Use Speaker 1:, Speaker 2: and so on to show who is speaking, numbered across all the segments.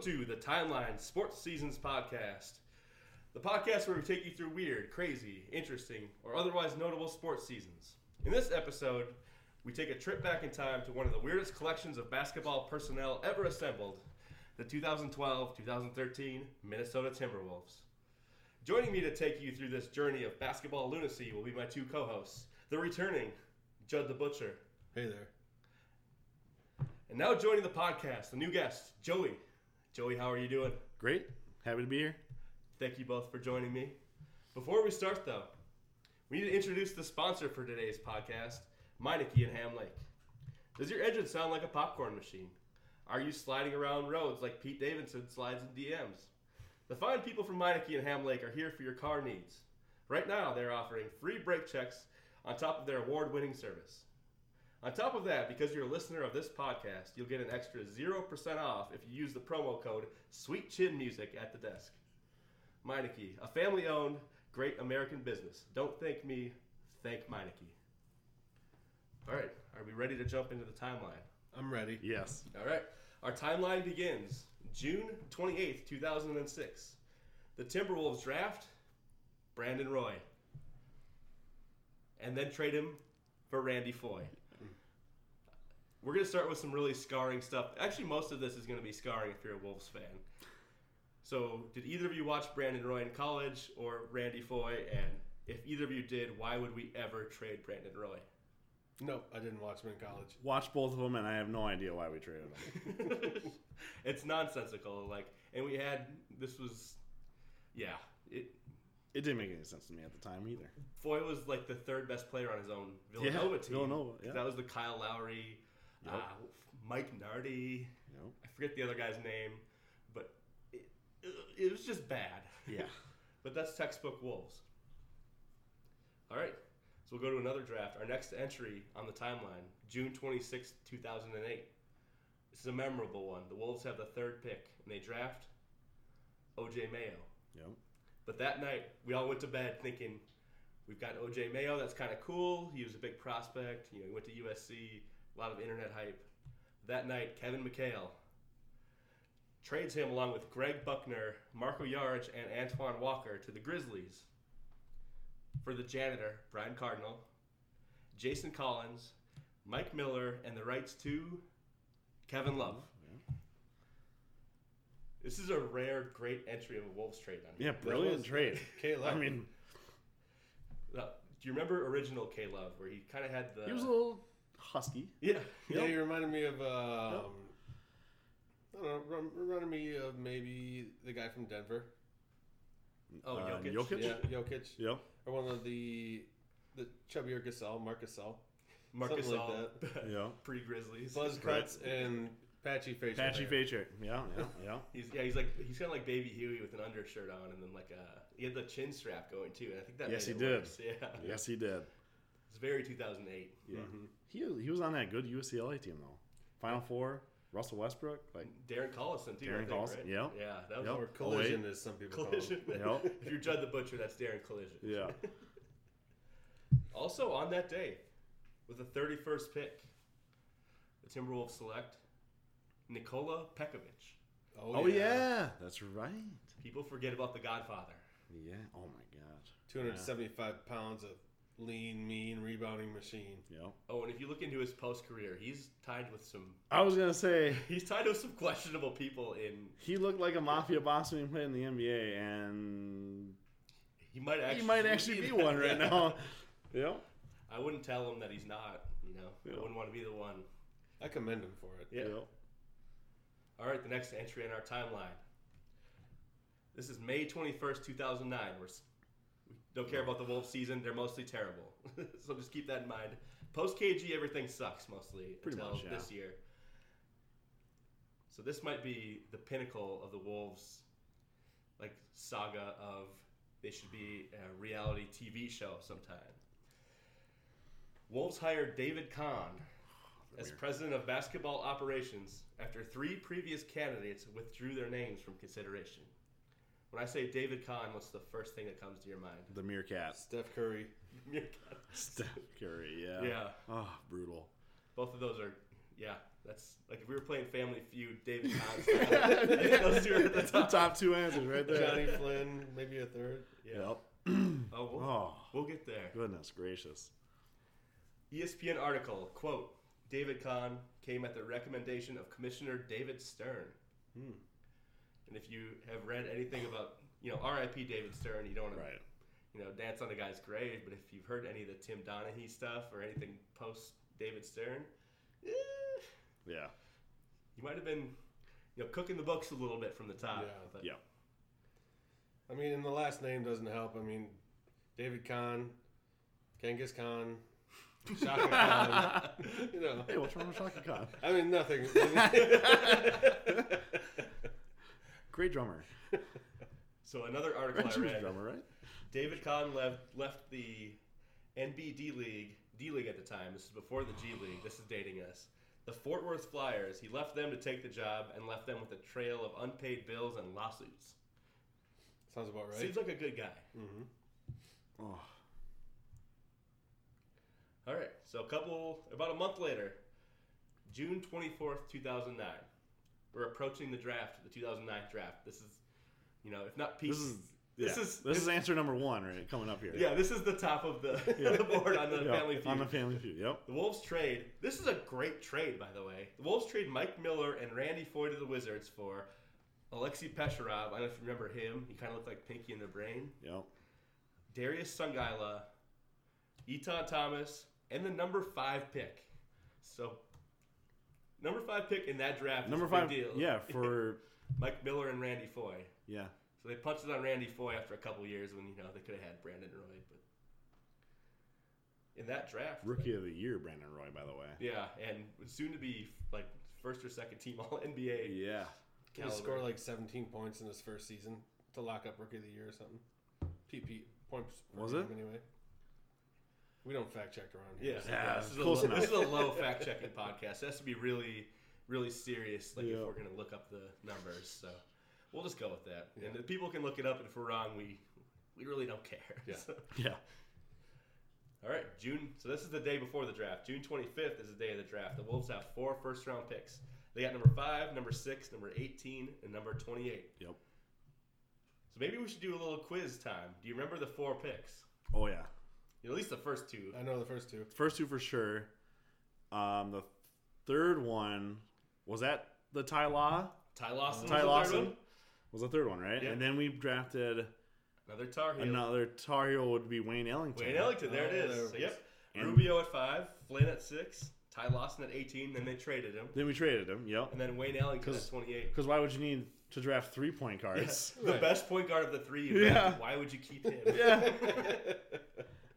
Speaker 1: to the Timeline Sports Seasons Podcast, the podcast where we take you through weird, crazy, interesting, or otherwise notable sports seasons. In this episode, we take a trip back in time to one of the weirdest collections of basketball personnel ever assembled the 2012 2013 Minnesota Timberwolves. Joining me to take you through this journey of basketball lunacy will be my two co hosts, the returning Judd the Butcher.
Speaker 2: Hey there.
Speaker 1: And now joining the podcast, the new guest, Joey. Joey, how are you doing?
Speaker 2: Great. Happy to be here.
Speaker 1: Thank you both for joining me. Before we start, though, we need to introduce the sponsor for today's podcast, Meineke and Ham Lake. Does your engine sound like a popcorn machine? Are you sliding around roads like Pete Davidson slides in DMs? The fine people from Meineke and Ham Lake are here for your car needs. Right now, they're offering free brake checks on top of their award winning service. On top of that, because you're a listener of this podcast, you'll get an extra 0% off if you use the promo code SweetChinMusic at the desk. Meineke, a family owned, great American business. Don't thank me, thank Meineke. All right, are we ready to jump into the timeline?
Speaker 2: I'm ready.
Speaker 3: Yes.
Speaker 1: All right. Our timeline begins June 28th, 2006. The Timberwolves draft Brandon Roy and then trade him for Randy Foy. We're going to start with some really scarring stuff. Actually, most of this is going to be scarring if you're a Wolves fan. So, did either of you watch Brandon Roy in college or Randy Foy? And if either of you did, why would we ever trade Brandon Roy?
Speaker 2: Nope, I didn't watch him in college.
Speaker 3: Watched both of them, and I have no idea why we traded them.
Speaker 1: it's nonsensical. Like, and we had this was, yeah. It
Speaker 3: It didn't make any sense to me at the time either.
Speaker 1: Foy was like the third best player on his own Villanova team.
Speaker 3: Villanova, yeah.
Speaker 1: That was the Kyle Lowry, uh, Mike Nardi.
Speaker 3: You know?
Speaker 1: I forget the other guy's name, but it, it was just bad.
Speaker 3: Yeah.
Speaker 1: But that's textbook Wolves. All right. So we'll go to another draft. Our next entry on the timeline, June twenty sixth, 2008. This is a memorable one. The Wolves have the third pick, and they draft O.J. Mayo.
Speaker 3: Yep.
Speaker 1: But that night, we all went to bed thinking, we've got O.J. Mayo. That's kind of cool. He was a big prospect. You know, he went to USC. A lot of internet hype. That night, Kevin McHale trades him along with Greg Buckner, Marco Yarich, and Antoine Walker to the Grizzlies for the janitor, Brian Cardinal, Jason Collins, Mike Miller, and the rights to Kevin Love. This is a rare, great entry of a Wolves trade. On
Speaker 3: Yeah,
Speaker 2: That
Speaker 3: brilliant
Speaker 2: was-
Speaker 3: trade.
Speaker 2: K-Love.
Speaker 3: I mean,
Speaker 1: Uh, do you remember original K Love where he kind of had the
Speaker 3: he was a little husky.
Speaker 1: yeah
Speaker 2: Yeah, you reminded me of. Um, I don't know. rem- Reminded me of maybe the guy from Denver.
Speaker 1: oh
Speaker 3: Uh,
Speaker 1: Jokic,
Speaker 3: Jokic?
Speaker 2: Yeah, Jokic.
Speaker 3: Yep.
Speaker 2: Or one of the the chubbier Gasol, Mark Gasol,
Speaker 1: Marcus
Speaker 2: Something like
Speaker 1: All
Speaker 3: Yeah.
Speaker 1: pretty Grizzlies
Speaker 2: buzz
Speaker 3: Right.
Speaker 2: cuts and patchy face.
Speaker 3: Patchy Paycheck. Yeah, yeah, yeah.
Speaker 1: he's yeah he's like he's kind of like Baby Huey with an undershirt on and then like uh he had the chin strap going too and I think that
Speaker 3: Yes,
Speaker 1: made
Speaker 3: he
Speaker 1: it
Speaker 3: did.
Speaker 1: worse. yeah
Speaker 3: yes, he did.
Speaker 1: it's very 2008
Speaker 3: Yeah. He, he was on that good UCLA team, though. Final Four, Russell Westbrook. Like,
Speaker 1: Darren Collison too I
Speaker 3: Darren
Speaker 1: think,
Speaker 3: Collison,
Speaker 1: right?
Speaker 3: yeah.
Speaker 1: yeah that was
Speaker 3: Yep.
Speaker 2: Or collision, as some people
Speaker 1: collision
Speaker 2: call
Speaker 3: Yep.
Speaker 1: if you're Judd the Butcher that's Darren Collision
Speaker 3: yeah.
Speaker 1: Also on that day, with the 31st pick, the Timberwolves select Nikola Pekovic.
Speaker 2: it.
Speaker 3: Oh, yeah. That's right.
Speaker 1: People forget about the Godfather.
Speaker 3: Yeah. Oh, my gosh.
Speaker 2: Two hundred seventy-five pounds of lean, mean rebounding machine.
Speaker 3: Yep.
Speaker 1: Oh, and if you look into his post career, he's tied with some
Speaker 3: I was going to say,
Speaker 1: he's tied with some questionable people in
Speaker 3: he looked like a mafia boss when he played in the NBA, and
Speaker 1: he might actually
Speaker 3: he might actually be one right
Speaker 1: Yeah.
Speaker 3: now. Yep.
Speaker 1: I wouldn't tell him that he's not, you know.
Speaker 3: Yeah.
Speaker 1: I wouldn't want to be the one.
Speaker 2: I commend him for it.
Speaker 1: Yeah.
Speaker 3: Yep.
Speaker 1: All right, the next entry in our timeline. This is May 21st, 2009. We're, s- we don't care about the Wolves season. They're mostly terrible. so just keep that in mind. Post KG, everything sucks mostly
Speaker 3: Pretty
Speaker 1: until
Speaker 3: much, yeah.
Speaker 1: this year. So this might be the pinnacle of the Wolves like saga of they should be a reality TV show sometime. Wolves hired David Kahn as president of basketball operations after three previous candidates withdrew their names from consideration. When I say David Kahn, what's the first thing that comes to your mind?
Speaker 3: The Meerkat.
Speaker 2: Steph Curry.
Speaker 3: Steph Curry, yeah.
Speaker 1: Yeah.
Speaker 3: Oh, brutal.
Speaker 1: Both of those are, yeah, That's like if we were playing Family Feud, David Constantine. Those two are at the top.
Speaker 3: Top two answers right there.
Speaker 2: Johnny Flynn, maybe a third.
Speaker 1: Yeah.
Speaker 3: Yep.
Speaker 1: Oh, we'll,
Speaker 3: Oh,
Speaker 1: we'll get there. E
Speaker 3: goodness gracious.
Speaker 1: ESPN article quote: David Kahn came at the recommendation of Commissioner David Stern.
Speaker 3: Hmm.
Speaker 1: And if you have read anything about you know R.I.P. David Stern, you don't want to
Speaker 3: Right.
Speaker 1: you know dance on the guy's grave. But if you've heard any of the Tim Donaghy stuff or anything post David Stern, eh,
Speaker 3: Yeah.
Speaker 1: you might have been you know cooking the books a little bit from the top.
Speaker 2: Yeah.
Speaker 1: But
Speaker 3: Yeah.
Speaker 2: I mean, and the last name doesn't help. I mean, David Khan, Genghis Khan, Shaka Khan. You know,
Speaker 3: Hey, what's wrong with Shaka Khan?
Speaker 2: I mean nothing.
Speaker 3: Great drummer.
Speaker 1: So another article
Speaker 3: Right?
Speaker 1: I
Speaker 3: She was a
Speaker 1: read.
Speaker 3: drummer, right?
Speaker 1: David Kahn left left the NBD league, D league at the time. This is before the G league. This is dating us. The Fort Worth Flyers. He left them to take the job and left them with a trail of unpaid bills and lawsuits.
Speaker 2: Sounds about right.
Speaker 1: Seems like a good guy.
Speaker 2: hmm
Speaker 3: Oh,
Speaker 1: All right. So a couple about a month later, June twenty fourth, two thousand nine. We're approaching the draft, the two thousand nine draft. This is, you know, if not peak.
Speaker 3: this is yeah.
Speaker 1: This is-
Speaker 3: this is answer number one right coming up here.
Speaker 1: yeah, this is the top of the,
Speaker 3: Yeah.
Speaker 1: the board on the
Speaker 3: Yep,
Speaker 1: family feud.
Speaker 3: On the family feud. Yep.
Speaker 1: The Wolves trade. This is a great trade, by the way. The Wolves trade Mike Miller and Randy Foy to the Wizards for Alexei Pesharov. I don't know if you remember him. He kind of looked like Pinky in the Brain.
Speaker 3: Yep.
Speaker 1: Darius Sungaila, Eton Thomas, and the number five pick. So, number five pick in that draft.
Speaker 3: Number
Speaker 1: is a
Speaker 3: five.
Speaker 1: big deal.
Speaker 3: Yeah. For
Speaker 1: Mike Miller and Randy Foy.
Speaker 3: yeah.
Speaker 1: So they punched it on Randy Foy after a couple years when you know they could have had Brandon Roy, but in that draft,
Speaker 3: Rookie of the year, Brandon Roy. By the way.
Speaker 1: Yeah, and soon to be like first or second team All NBA.
Speaker 3: Yeah.
Speaker 2: He scored like 17 points in his first season to lock up Rookie of the Year or something. PP points. per
Speaker 3: Was
Speaker 2: game
Speaker 3: it?
Speaker 2: anyway? We don't fact check around
Speaker 1: Yeah,
Speaker 2: here.
Speaker 1: so,
Speaker 3: Yeah,
Speaker 1: this, is a
Speaker 3: close
Speaker 1: low,
Speaker 3: enough.
Speaker 1: this is a low fact checking podcast. It has to be really, really serious. Like
Speaker 3: Yeah.
Speaker 1: if we're gonna look up the numbers, so we'll just go with that.
Speaker 2: Yeah.
Speaker 1: And the people can look it up, and if we're wrong, we we really don't care.
Speaker 2: Yeah.
Speaker 1: So-
Speaker 3: Yeah.
Speaker 1: all right, June. So this is the day before the draft. June 25th is the day of the draft. The Wolves have four first round picks. They got number five, number six, number 18, and number 28.
Speaker 3: Yep.
Speaker 1: So maybe we should do a little quiz time. Do you remember the four picks?
Speaker 3: Oh yeah.
Speaker 1: At least the first two.
Speaker 2: I know the first two.
Speaker 3: First two for sure. Um, the third one was that the Ty Law.
Speaker 1: Ty Lawson.
Speaker 3: Ty
Speaker 1: was the third
Speaker 3: Lawson
Speaker 1: one.
Speaker 3: was the third one, right?
Speaker 1: Yeah.
Speaker 3: And then we drafted
Speaker 1: Another Tar Heel.
Speaker 3: another Tar Heel would be Wayne Ellington.
Speaker 1: Wayne Ellington. There it
Speaker 2: Oh,
Speaker 1: is.
Speaker 2: there it
Speaker 1: yep.
Speaker 3: And-
Speaker 1: Rubio at five. Flynn at six. Ty Lawson at 18. Then they traded him.
Speaker 3: Then we traded him. Yep.
Speaker 1: And then Wayne Ellington at
Speaker 3: Because-
Speaker 1: 28.
Speaker 3: Because why would you need to draft three point guards?
Speaker 1: The
Speaker 2: Right.
Speaker 1: best point guard of the three. you drafted.
Speaker 3: Yeah.
Speaker 1: Why would you keep him?
Speaker 3: Yeah.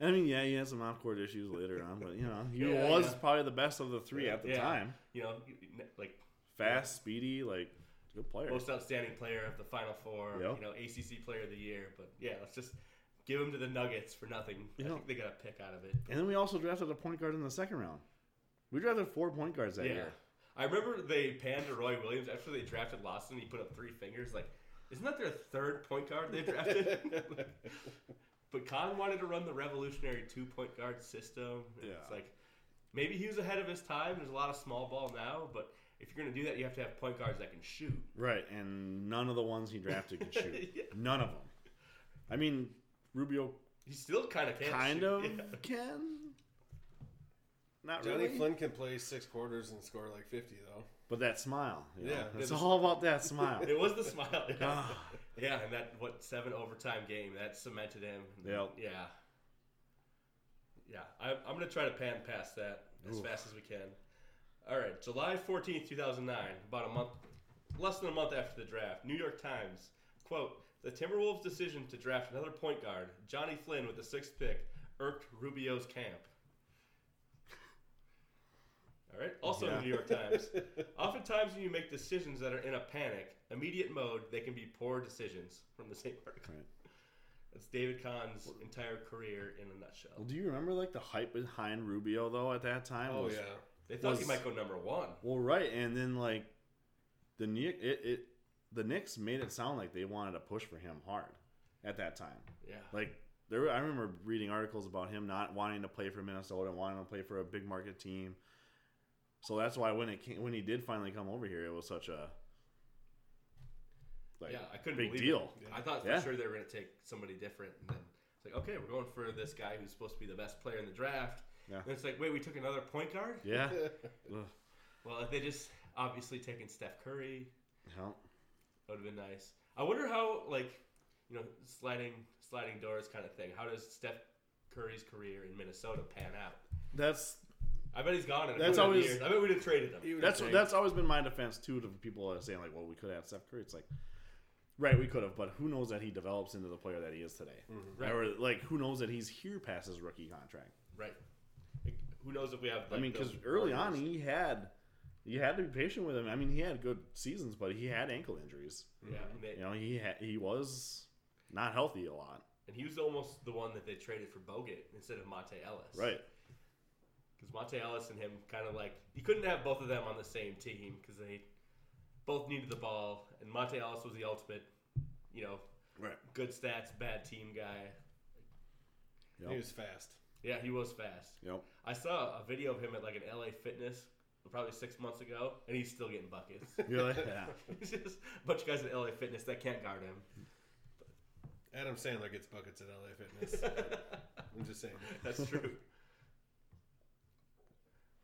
Speaker 3: I mean, yeah, he had some off court issues later on, but you know, he
Speaker 1: Yeah,
Speaker 3: was
Speaker 1: yeah.
Speaker 3: probably the best of the three at the
Speaker 1: Yeah.
Speaker 3: time.
Speaker 1: you know, like
Speaker 3: Fast, speedy, like good player.
Speaker 1: most outstanding player of the Final Four.
Speaker 3: Yeah.
Speaker 1: You know, ACC player of the year. But yeah, let's just give him to the Nuggets for nothing.
Speaker 3: You
Speaker 1: I
Speaker 3: know-
Speaker 1: think they got a pick out of it.
Speaker 3: And then we also drafted a point guard in the second round. We drafted four point guards that
Speaker 1: yeah.
Speaker 3: year.
Speaker 1: I remember they panned to Roy Williams after they drafted Lawson. He put up three fingers. Like, isn't that their third point guard they drafted? but Khan wanted to run the revolutionary two point guard system. and It's
Speaker 3: Yeah.
Speaker 1: like maybe he was ahead of his time. There's a lot of small ball now, but if you're going to do that, you have to have point guards that can shoot.
Speaker 3: Right, and none of the ones he drafted could shoot.
Speaker 1: Yeah.
Speaker 3: None of them. I mean, Rubio
Speaker 1: He still kind of can.
Speaker 3: kind
Speaker 1: shoot.
Speaker 3: of
Speaker 1: Yeah.
Speaker 3: can. Not
Speaker 2: Johnny
Speaker 3: really.
Speaker 2: Flynn can play six quarters and score like 50, though.
Speaker 3: But that smile. You
Speaker 2: Yeah,
Speaker 3: yeah. It's
Speaker 2: it is-
Speaker 3: all about that smile.
Speaker 1: It was the smile. Yeah.
Speaker 3: Ah.
Speaker 1: yeah, and that what seven overtime game that cemented him.
Speaker 3: Yep.
Speaker 1: Yeah. Yeah, I, I'm gonna try to pan past that as
Speaker 3: Oof.
Speaker 1: fast as we can. All right, July 14th, 2009, about a month, less than a month after the draft. New York Times quote: The Timberwolves' decision to draft another point guard, Johnny Flynn, with the sixth pick, irked Rubio's camp. All right. Also, in
Speaker 3: Yeah.
Speaker 1: the New York Times. Oftentimes, when you make decisions that are in a panic, immediate mode, they can be poor decisions. From the same article.
Speaker 3: Right.
Speaker 1: That's David Kahn's entire career in a
Speaker 3: Well,
Speaker 1: nutshell.
Speaker 3: do you remember like the hype behind Rubio though at that time?
Speaker 2: Oh,
Speaker 3: was-
Speaker 2: yeah.
Speaker 1: They thought he
Speaker 3: was-
Speaker 1: might go number one.
Speaker 3: Well, right, and then like the Knick, it, it the Knicks made it sound like they wanted to push for him hard at that time.
Speaker 1: Yeah.
Speaker 3: Like there, were- I remember reading articles about him not wanting to play for Minnesota, wanting to play for a big market team, So that's why when it came, when he did finally come over here, it was such a like
Speaker 1: yeah, I couldn't
Speaker 3: big
Speaker 1: believe
Speaker 3: deal.
Speaker 1: It. I thought for
Speaker 3: Yeah.
Speaker 1: sure they were going to take somebody different, and then it's like, okay, we're going for this guy who's supposed to be the best player in the draft.
Speaker 3: Yeah.
Speaker 1: And it's like, wait, we took another point guard.
Speaker 3: Yeah,
Speaker 1: Well, if they just obviously taken Steph Curry,
Speaker 3: Well,
Speaker 1: that would have been nice. I wonder how like you know sliding sliding doors kind of thing. How does Steph Curry's career in Minnesota pan out?
Speaker 3: that's
Speaker 1: I bet he's gone in a
Speaker 3: That's
Speaker 1: couple of
Speaker 3: always-
Speaker 1: years. I bet we'd have traded him.
Speaker 3: that's that's always been my defense too to people that are saying like, well, we could have Steph Curry. It's like, right, we could have, but who knows that he develops into the player that he is today,
Speaker 1: Right.
Speaker 3: or like who knows that he's here past his rookie contract.
Speaker 1: Right. Who knows if we have?
Speaker 3: I
Speaker 1: like,
Speaker 3: mean,
Speaker 1: those
Speaker 3: because early on
Speaker 1: Warriors.
Speaker 3: he had you had to be patient with him. I mean, he had good seasons, but he had ankle injuries.
Speaker 1: yeah, and, they-
Speaker 3: You know, he ha- he was not healthy a lot.
Speaker 1: and he was almost the one that they traded for Bogut instead of Monte Ellis.
Speaker 3: Right.
Speaker 1: Because Monte Ellis and him kind of like you couldn't have both of them on the same team because they both needed the ball, and Monte Ellis was the ultimate, you know,
Speaker 3: Right.
Speaker 1: good stats, bad team guy.
Speaker 3: Yep.
Speaker 2: He was fast.
Speaker 1: Yeah, he was fast.
Speaker 3: Yep.
Speaker 1: I saw a video of him at like an LA Fitness probably six months ago, and he's still getting buckets.
Speaker 3: You're like, yeah.
Speaker 1: it's just a bunch of guys at LA Fitness that can't guard him.
Speaker 2: Adam Sandler gets buckets at LA Fitness. I'm just saying.
Speaker 1: That's true.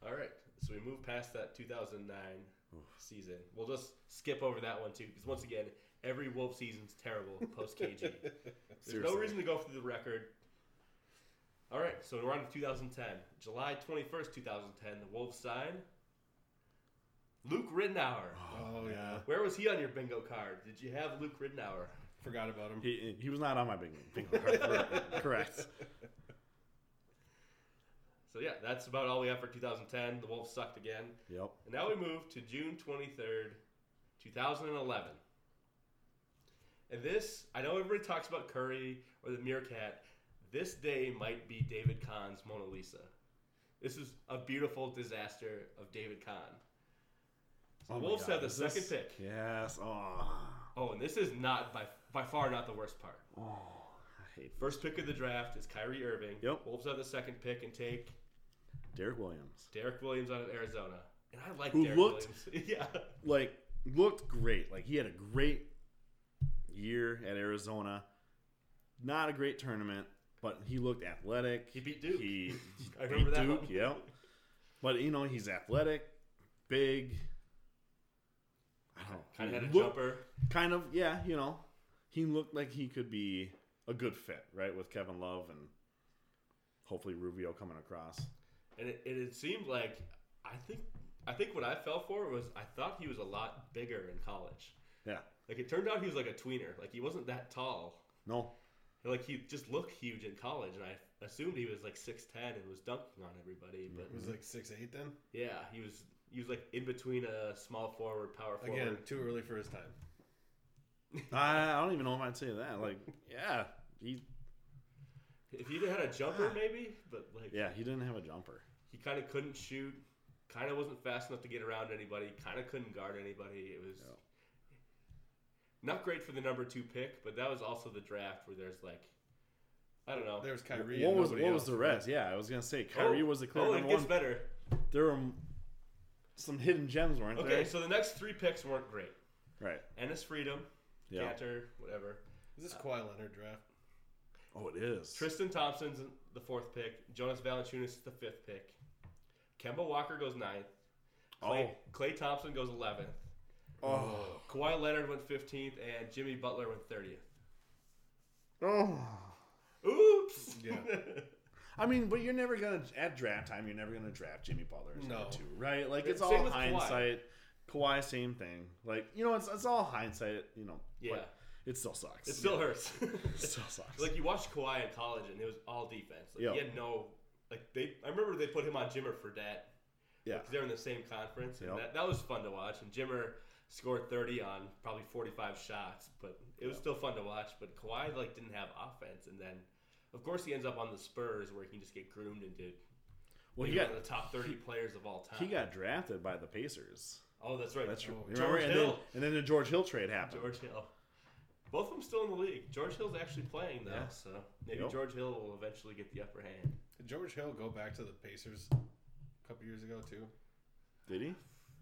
Speaker 1: All right, so we move past that 2009 season. We'll just skip over that one too, because once again, every Wolf season's terrible post KG. There's no
Speaker 3: Seriously.
Speaker 1: reason to go through the record. All right, so we're on to 2010, July 21st, 2010. The Wolves sign Luke Rittenauer.
Speaker 2: Oh yeah,
Speaker 1: Where was he on your bingo card? Did you have Luke Rittenauer?
Speaker 2: forgot about him.
Speaker 3: He, he was not on my big, big card. Correct. Correct.
Speaker 1: So yeah, that's about all we have for 2010. The Wolves sucked again.
Speaker 3: Yep.
Speaker 1: And now we move to June 23rd, 2011. And this, I know everybody talks about Curry or the Meerkat. This day might be David Kahn's Mona Lisa. This is a beautiful disaster of David Kahn.
Speaker 3: Oh my
Speaker 1: Wolves
Speaker 3: God,
Speaker 1: have the
Speaker 3: is this-
Speaker 1: second pick.
Speaker 3: Yes. Oh.
Speaker 1: Oh, and this is not by by far not the worst part.
Speaker 3: oh. I hate
Speaker 1: First pick of the draft is Kyrie Irving.
Speaker 3: Yep.
Speaker 1: Wolves have the second pick and take
Speaker 3: Derek Williams.
Speaker 1: Derek Williams out of Arizona. And I like
Speaker 3: Who
Speaker 1: Derek
Speaker 3: looked-
Speaker 1: Williams. yeah.
Speaker 3: Like, looked great. Like, he had a great year at Arizona. Not a great tournament, but he looked athletic.
Speaker 1: He beat Duke.
Speaker 3: He
Speaker 1: I
Speaker 3: beat
Speaker 1: remember that
Speaker 3: Duke.
Speaker 1: one.
Speaker 3: Yep. But you know he's athletic, big. I don't know.
Speaker 1: Kind of
Speaker 3: he
Speaker 1: had a
Speaker 3: looked-
Speaker 1: jumper.
Speaker 3: Kind of, yeah. You know, he looked like he could be a good fit, right, with Kevin Love and hopefully Rubio coming across.
Speaker 1: and it, and it seemed like I think I think what I fell for was I thought he was a lot bigger in college.
Speaker 3: Yeah.
Speaker 1: Like it turned out he was like a tweener. Like he wasn't that tall.
Speaker 3: No.
Speaker 1: Like he just looked huge in college, and I assumed he was like six ten and was dunking on everybody. But
Speaker 2: It was like six eight then.
Speaker 1: yeah, he was he was like in between a small forward, power forward.
Speaker 2: Again, too early for his time.
Speaker 3: I, I don't even know if I'd say that. Like, yeah, he,
Speaker 1: If he'd had a jumper, maybe, but like
Speaker 3: yeah, he didn't have a jumper.
Speaker 1: he kind of couldn't shoot. Kind of wasn't fast enough to get around anybody. Kind of couldn't guard anybody. It was
Speaker 3: No.
Speaker 1: not great for the number two pick, but that was also the draft where there's like, I don't know.
Speaker 2: There was Kyrie.
Speaker 3: What
Speaker 2: and
Speaker 3: was
Speaker 2: nobody
Speaker 3: what
Speaker 2: else.
Speaker 3: was the rest? Yeah, I was gonna say Kyrie was the clear
Speaker 1: Oh, it
Speaker 3: number
Speaker 1: gets
Speaker 3: one.
Speaker 1: better.
Speaker 3: There were some hidden gems, weren't
Speaker 1: Okay,
Speaker 3: there?
Speaker 1: so the next three picks weren't great.
Speaker 3: right.
Speaker 1: Ennis Freedom,
Speaker 3: Yeah.
Speaker 1: Cantor, whatever.
Speaker 2: Is this Kawhi Leonard draft?
Speaker 3: Oh, it is.
Speaker 1: Tristan Thompson's the fourth pick. Jonas Valanciunas is the fifth pick. Kemba Walker goes ninth. Clay,
Speaker 3: Oh.
Speaker 1: Clay Thompson goes eleventh.
Speaker 3: oh.
Speaker 1: Kawhi Leonard went fifteenth, and Jimmy Butler went thirtieth.
Speaker 3: Oh.
Speaker 1: Oops.
Speaker 2: Yeah.
Speaker 3: I mean, but you're never gonna at draft time. You're never gonna draft Jimmy Butler as
Speaker 2: No.
Speaker 3: number two, right? Like it's
Speaker 1: Same
Speaker 3: all
Speaker 1: with Kawhi.
Speaker 3: hindsight. Kawhi. same thing. Like you know, it's it's all hindsight. You know,
Speaker 1: yeah.
Speaker 3: but it still sucks.
Speaker 1: It still
Speaker 3: It
Speaker 1: hurts.
Speaker 3: still sucks.
Speaker 1: like you watched Kawhi in college, and it was all defense. Like
Speaker 3: Yeah.
Speaker 1: he had no. Like they, I remember they put him on Jimmer for that.
Speaker 3: yeah,
Speaker 1: They're in the same conference, and
Speaker 3: Yep.
Speaker 1: that, that was fun to watch. And Jimmer scored thirty on probably forty-five shots, but it was still fun to watch. But Kawhi like didn't have offense, and then of course he ends up on the Spurs, where he can just get groomed into
Speaker 3: well, he
Speaker 1: being
Speaker 3: got
Speaker 1: one of the top thirty players of all time.
Speaker 3: he got drafted by the Pacers.
Speaker 1: oh, that's right.
Speaker 3: That's true.
Speaker 2: Oh,
Speaker 3: You remember?
Speaker 1: George
Speaker 3: and
Speaker 1: Hill.
Speaker 3: then and then the George Hill trade happened.
Speaker 1: George Hill. Both of them still in the league. George Hill's actually playing though,
Speaker 3: Yeah.
Speaker 1: so maybe
Speaker 3: Yep.
Speaker 1: George Hill will eventually get the upper hand.
Speaker 2: Did George Hill go back to the Pacers a couple years ago too?
Speaker 3: Did he?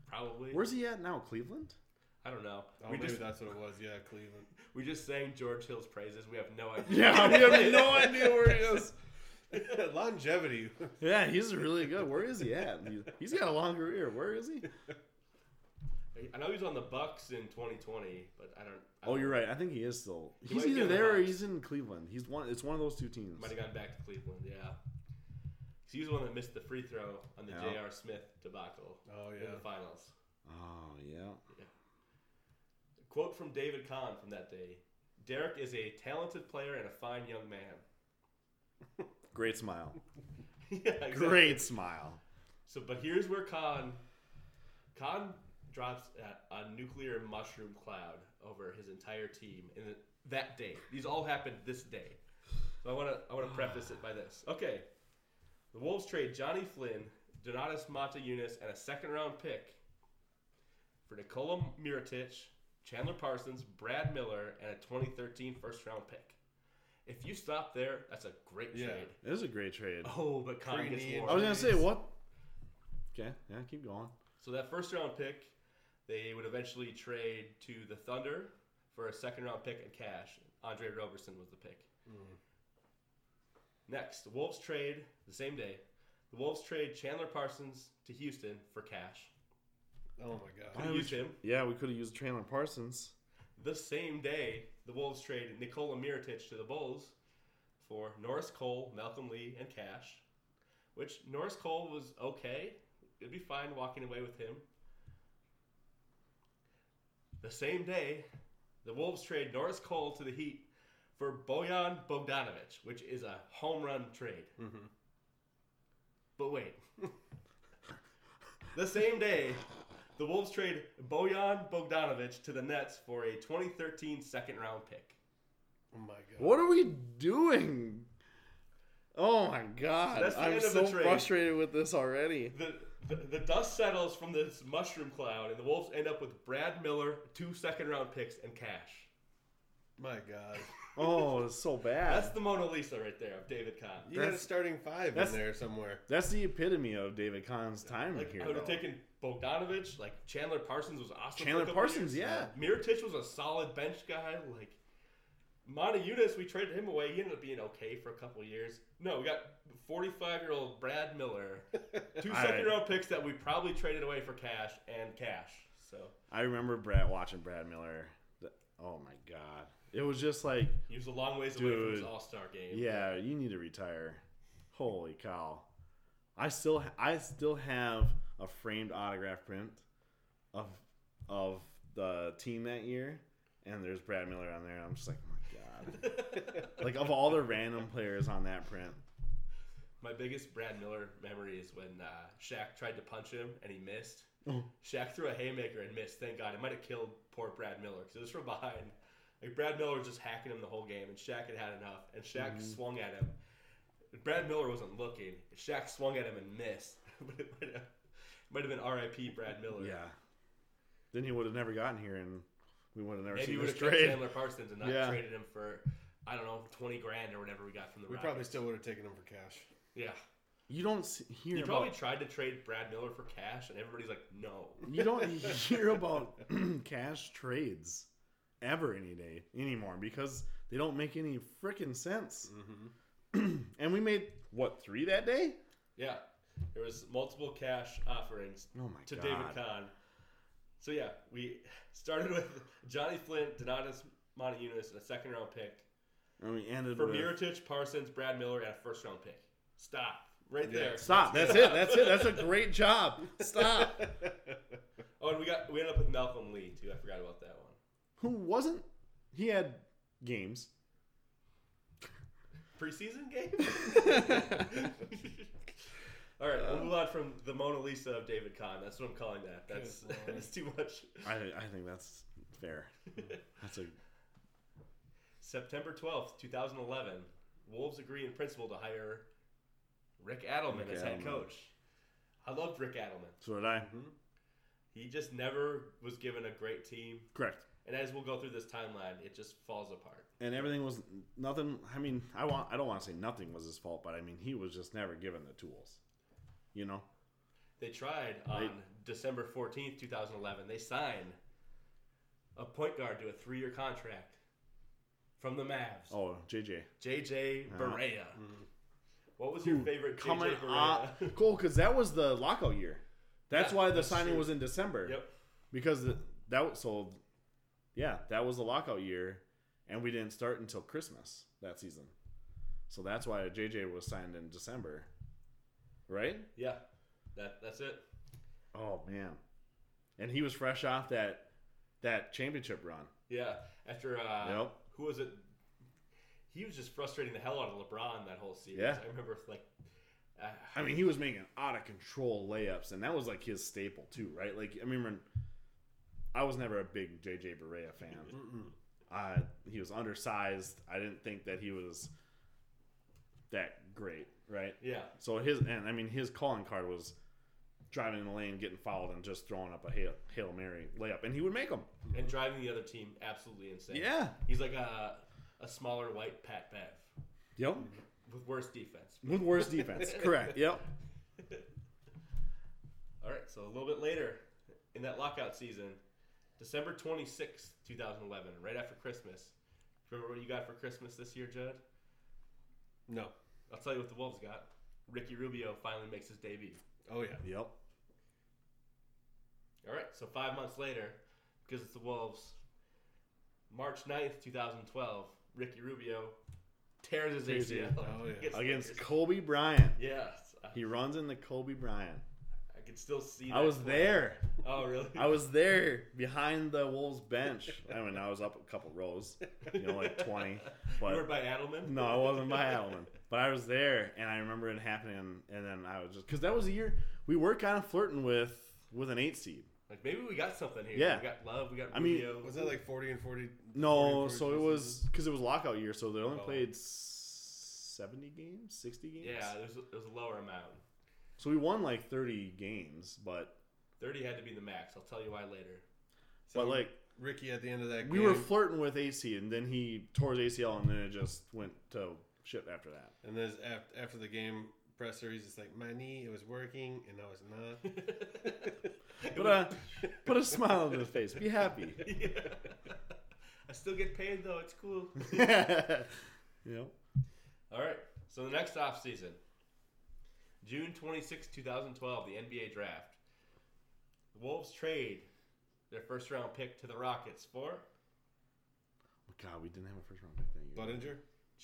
Speaker 1: Probably.
Speaker 3: Where's he at now? Cleveland?
Speaker 1: I don't know.
Speaker 2: Oh,
Speaker 1: we
Speaker 2: maybe
Speaker 1: just
Speaker 2: that's what it was. Yeah, Cleveland.
Speaker 1: we just sang George Hill's praises. We have no idea.
Speaker 3: Yeah, we have no idea where he is.
Speaker 2: Longevity.
Speaker 3: Yeah, he's really good. Where is he at? He- He's got a long career. Where is he?
Speaker 1: I know he was on the Bucks in 2020, but I don't. I
Speaker 3: Oh, you're right. I think he is still. He's
Speaker 1: might be
Speaker 3: either
Speaker 1: in the
Speaker 3: there or
Speaker 1: Hawks.
Speaker 3: he's in Cleveland. He's one. It's one of those two teams.
Speaker 1: Might have gone back to Cleveland. Yeah, 'Cause he was the one that missed the free throw on the
Speaker 3: Yeah.
Speaker 1: J.R. Smith debacle
Speaker 2: Oh
Speaker 1: in the
Speaker 2: yeah.
Speaker 1: finals.
Speaker 3: Oh yeah.
Speaker 1: Quote from David Kahn from that day: "Derek is a talented player and a fine young man."
Speaker 3: Great smile.
Speaker 1: yeah, exactly.
Speaker 3: Great smile.
Speaker 1: So, but here's where Khan, Khan drops a, a nuclear mushroom cloud over his entire team in the, that day. These all happened this day. So I want to I want to preface it by this. Okay, the Wolves trade Johnny Flynn, Donatus Mata Yunus, and a second round pick for Nikola Mirotic, Chandler Parsons, Brad Miller, and a 2013 first round pick. If you stop there, that's a great
Speaker 2: Yeah.
Speaker 1: trade.
Speaker 3: It was a great trade.
Speaker 1: Oh, but Khan gets
Speaker 2: Greeny and
Speaker 1: more.
Speaker 3: I was gonna say
Speaker 2: Jeez.
Speaker 3: what? Okay. Yeah. Keep going.
Speaker 1: So that first round pick, they would eventually trade to the Thunder for a second round pick and cash. Andre Roberson was the pick. Next, the Wolves trade the same day. The Wolves trade Chandler Parsons to Houston for cash.
Speaker 2: Oh my god.
Speaker 3: I
Speaker 1: Use
Speaker 3: would-
Speaker 1: him.
Speaker 3: Yeah, we could have used Chandler Parsons.
Speaker 1: The same day, the Wolves trade Nikola Mirotic to the Bulls for Norris Cole, Malcolm Lee, and cash. Which Norris Cole was okay. It'd be fine walking away with him. The same day, the Wolves trade Norris Cole to the Heat for Bojan Bogdanovic, which is a home run trade.
Speaker 2: Mhm.
Speaker 1: But wait. the same day, the Wolves trade Bojan Bogdanovic to the Nets for a 2013 second round pick.
Speaker 2: Oh my god.
Speaker 3: What are we doing? Oh my god!
Speaker 1: That's the
Speaker 3: I'm
Speaker 1: end of
Speaker 3: so
Speaker 1: the trade.
Speaker 3: frustrated with this already.
Speaker 1: The, the, the dust settles from this mushroom cloud, and the Wolves end up with Brad Miller, two second round picks, and cash.
Speaker 2: My god.
Speaker 3: Oh, it's so bad.
Speaker 1: That's the Mona Lisa right there of David Kahn.
Speaker 2: You had a
Speaker 3: That's-
Speaker 2: starting five in
Speaker 3: that's-
Speaker 2: there somewhere.
Speaker 3: That's the epitome of David Kahn's time
Speaker 1: Like,
Speaker 3: here.
Speaker 1: I would have
Speaker 3: though.
Speaker 1: taken Bogdanovich, like Chandler Parsons was awesome.
Speaker 3: Chandler
Speaker 1: for a couple
Speaker 3: Parsons,
Speaker 1: years.
Speaker 3: yeah.
Speaker 1: Miritich was a solid bench guy. Like Monta Yunus, we traded him away. He ended up being okay for a couple of years. No, we got 45 year old Brad Miller, two
Speaker 3: I-
Speaker 1: second round picks that we probably traded away for cash and cash. So
Speaker 3: I remember Brad watching Brad Miller. Th- Oh my god! It was just like,
Speaker 1: he was a long ways away from his
Speaker 3: Dude.
Speaker 1: All Star game.
Speaker 3: yeah, you need to retire. Holy cow! I still, ha- I still have a framed autograph print of of the team that year, and there's Brad Miller on there. I'm just like, oh my god! like of all the random players on that print,
Speaker 1: My biggest Brad Miller memory is when uh, Shaq tried to punch him and he missed.
Speaker 3: Oh.
Speaker 1: Shaq threw a haymaker and missed. Thank God. It might have killed poor Brad Miller because it was from behind. Like Brad Miller was just hacking him the whole game, and Shaq had had enough. And Shaq
Speaker 3: Mm-hmm.
Speaker 1: swung at him. Brad Miller wasn't looking. Shaq swung at him and missed. but it might have, might have been R.I.P. Brad Miller.
Speaker 3: yeah. Then he would have never gotten here, and we would have never
Speaker 1: Maybe we
Speaker 3: seen
Speaker 1: would
Speaker 3: this
Speaker 1: have kept
Speaker 3: trade.
Speaker 1: Chandler Parsons and not
Speaker 3: Yeah.
Speaker 1: traded him for I don't know twenty grand or whatever we got from the.
Speaker 2: We
Speaker 1: Rockets.
Speaker 2: probably still would have taken him for cash.
Speaker 1: yeah.
Speaker 3: You don't s- hear
Speaker 1: You
Speaker 3: about
Speaker 1: probably tried to trade Brad Miller for cash, and everybody's like, no.
Speaker 3: You don't hear about cash trades ever any day anymore because they don't make any freaking sense. and we made what three that day?
Speaker 1: Yeah, there was multiple cash offerings
Speaker 3: Oh my
Speaker 1: to
Speaker 3: god!
Speaker 1: David Kahn. So yeah, we started with Johnny Flint, Donatus Montiunas, and a second round pick
Speaker 3: and we ended
Speaker 1: for
Speaker 3: with
Speaker 1: Miritich, Parsons, Brad Miller, and a first round pick. Stop right
Speaker 2: Yeah.
Speaker 1: there.
Speaker 3: stop. That's it. That's it. That's a great job. Stop.
Speaker 2: Mm-hmm.
Speaker 1: Oh, and we got we ended up with Malcolm Lee too. I forgot about that one.
Speaker 3: Who wasn't? He had games.
Speaker 1: Preseason
Speaker 2: Mm-hmm.
Speaker 1: game. All right,
Speaker 3: Um,
Speaker 1: we'll move on from the Mona Lisa of David Kahn. That's what I'm calling that. That's
Speaker 2: Good lord.
Speaker 1: that's too much.
Speaker 3: I I think that's fair. That's a
Speaker 1: September 12th, 2011, Wolves agree in principle to hire Rick Adelman
Speaker 3: Rick
Speaker 1: as head
Speaker 3: Adelman.
Speaker 1: coach. I loved Rick Adelman.
Speaker 3: so did I
Speaker 1: He just never was given a great team.
Speaker 3: correct.
Speaker 1: And as we'll go through this timeline, it just falls apart.
Speaker 3: and everything was nothing. I mean, I want I don't want to say nothing was his fault, but I mean he was just never given the tools, you know.
Speaker 1: They tried on December 14th, 2011. They signed a point guard to a three year contract from the Mavs.
Speaker 3: Oh, JJ.
Speaker 1: JJ
Speaker 3: Yeah.
Speaker 1: Barea. What was your
Speaker 3: Who
Speaker 1: favorite
Speaker 3: Coming
Speaker 1: JJ Barea?
Speaker 3: up. uh, Cool, because that was the lockout year. That's
Speaker 1: Yeah,
Speaker 3: why the
Speaker 1: that's
Speaker 3: signing
Speaker 1: true.
Speaker 3: was in December.
Speaker 1: yep.
Speaker 3: Because the, that was sold. Yeah, that was the lockout year, and we didn't start until Christmas that season. So that's why JJ was signed in December. Right?
Speaker 1: Yeah. That that's it.
Speaker 3: Oh man. And he was fresh off that that championship run.
Speaker 1: Yeah. After uh
Speaker 3: Yep.
Speaker 1: who was it? He was just frustrating the hell out of LeBron that whole series.
Speaker 3: Yeah.
Speaker 1: I remember like uh,
Speaker 3: I mean, he was making out of control layups, and that was like his staple too, right? Like, I mean, when- I was never a big JJ Barea fan.
Speaker 2: Mm-hmm.
Speaker 3: uh, he was undersized. I didn't think that he was that great, right?
Speaker 1: yeah.
Speaker 3: So his and I mean his calling card was driving in the lane, getting fouled, and just throwing up a hail, hail mary layup, and he would make them.
Speaker 1: And driving the other team absolutely insane.
Speaker 3: Yeah.
Speaker 1: He's like a a smaller white Pat Bev
Speaker 3: Yep.
Speaker 1: with worse defense.
Speaker 3: With worse defense, correct. Yep.
Speaker 1: All right, so a little bit later in that lockout season, December 26th, 2011, right after Christmas. Remember what you got for Christmas this year, Judd?
Speaker 2: No.
Speaker 1: I'll tell you what the Wolves got. Ricky Rubio finally makes his debut.
Speaker 2: Oh yeah.
Speaker 3: Yep.
Speaker 1: All right, so five months later, because it's the Wolves, March 9th, 2012, Ricky Rubio tears his
Speaker 3: Tears it.
Speaker 1: ACL.
Speaker 2: Oh, yeah.
Speaker 1: Against
Speaker 3: Against
Speaker 1: Lakers.
Speaker 3: Kobe Bryant,
Speaker 1: Yes. I,
Speaker 3: he runs into Kobe Bryant.
Speaker 1: I can still see that.
Speaker 3: I was
Speaker 1: play.
Speaker 3: there.
Speaker 1: Oh, really?
Speaker 3: I was there behind the Wolves bench. I mean, I was up a couple rows, you know, like 20.
Speaker 1: you were
Speaker 3: But
Speaker 1: by Adelman?
Speaker 3: no, I wasn't by Adelman. But I was there, and I remember it happening. And then I was just because that was a year we were kind of flirting with with an eight seed.
Speaker 1: Like, maybe we got something here.
Speaker 3: Yeah.
Speaker 1: We got love. We got
Speaker 3: I mean-
Speaker 1: Rubio.
Speaker 2: Was that like forty and forty? 40
Speaker 3: No,
Speaker 2: and 40
Speaker 3: so it
Speaker 2: seasons?
Speaker 3: was because it was lockout year, so they only
Speaker 1: Oh.
Speaker 3: played seventy games, sixty games.
Speaker 1: Yeah, there's a, there's a lower amount.
Speaker 3: So we won like thirty games, but
Speaker 1: 30 had to be the max. I'll tell you why later.
Speaker 2: So
Speaker 3: but like
Speaker 2: Ricky at the end of that.
Speaker 3: we
Speaker 2: game,
Speaker 3: were flirting with AC, and then he tore his ACL, and then it just went to shit after that.
Speaker 2: And then after, after the game presser, he's just like, "My knee, it was working, and I was not."
Speaker 3: Put a put a smile on his face. Be happy.
Speaker 1: I still get paid, though. It's cool.
Speaker 3: you know.
Speaker 1: All right. So the next offseason, June 26, 2012, the NBA draft. The Wolves trade their first round pick to the Rockets for
Speaker 3: God, we didn't have a first round pick that year.
Speaker 2: Budinger.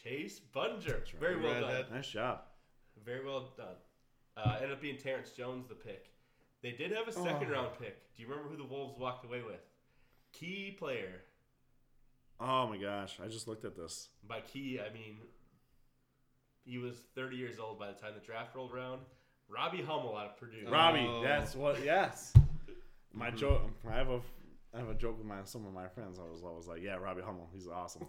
Speaker 1: Chase Bunger.
Speaker 3: right.
Speaker 1: Very well done.
Speaker 2: Redhead.
Speaker 3: nice job.
Speaker 1: Very well done. Uh, ended up being Terrence Jones the pick. They did have a second
Speaker 3: Oh.
Speaker 1: round pick. Do you remember who the Wolves walked away with? Key player.
Speaker 3: Oh my gosh, I just looked at this.
Speaker 1: By key, I mean he was 30 years old by the time the draft rolled around. Robbie Hummel out of Purdue.
Speaker 2: Oh.
Speaker 3: Robbie, that's what. Yes. My joke. I have a. I have a joke with my some of my friends. I was always like, "Yeah, Robbie Hummel, he's awesome."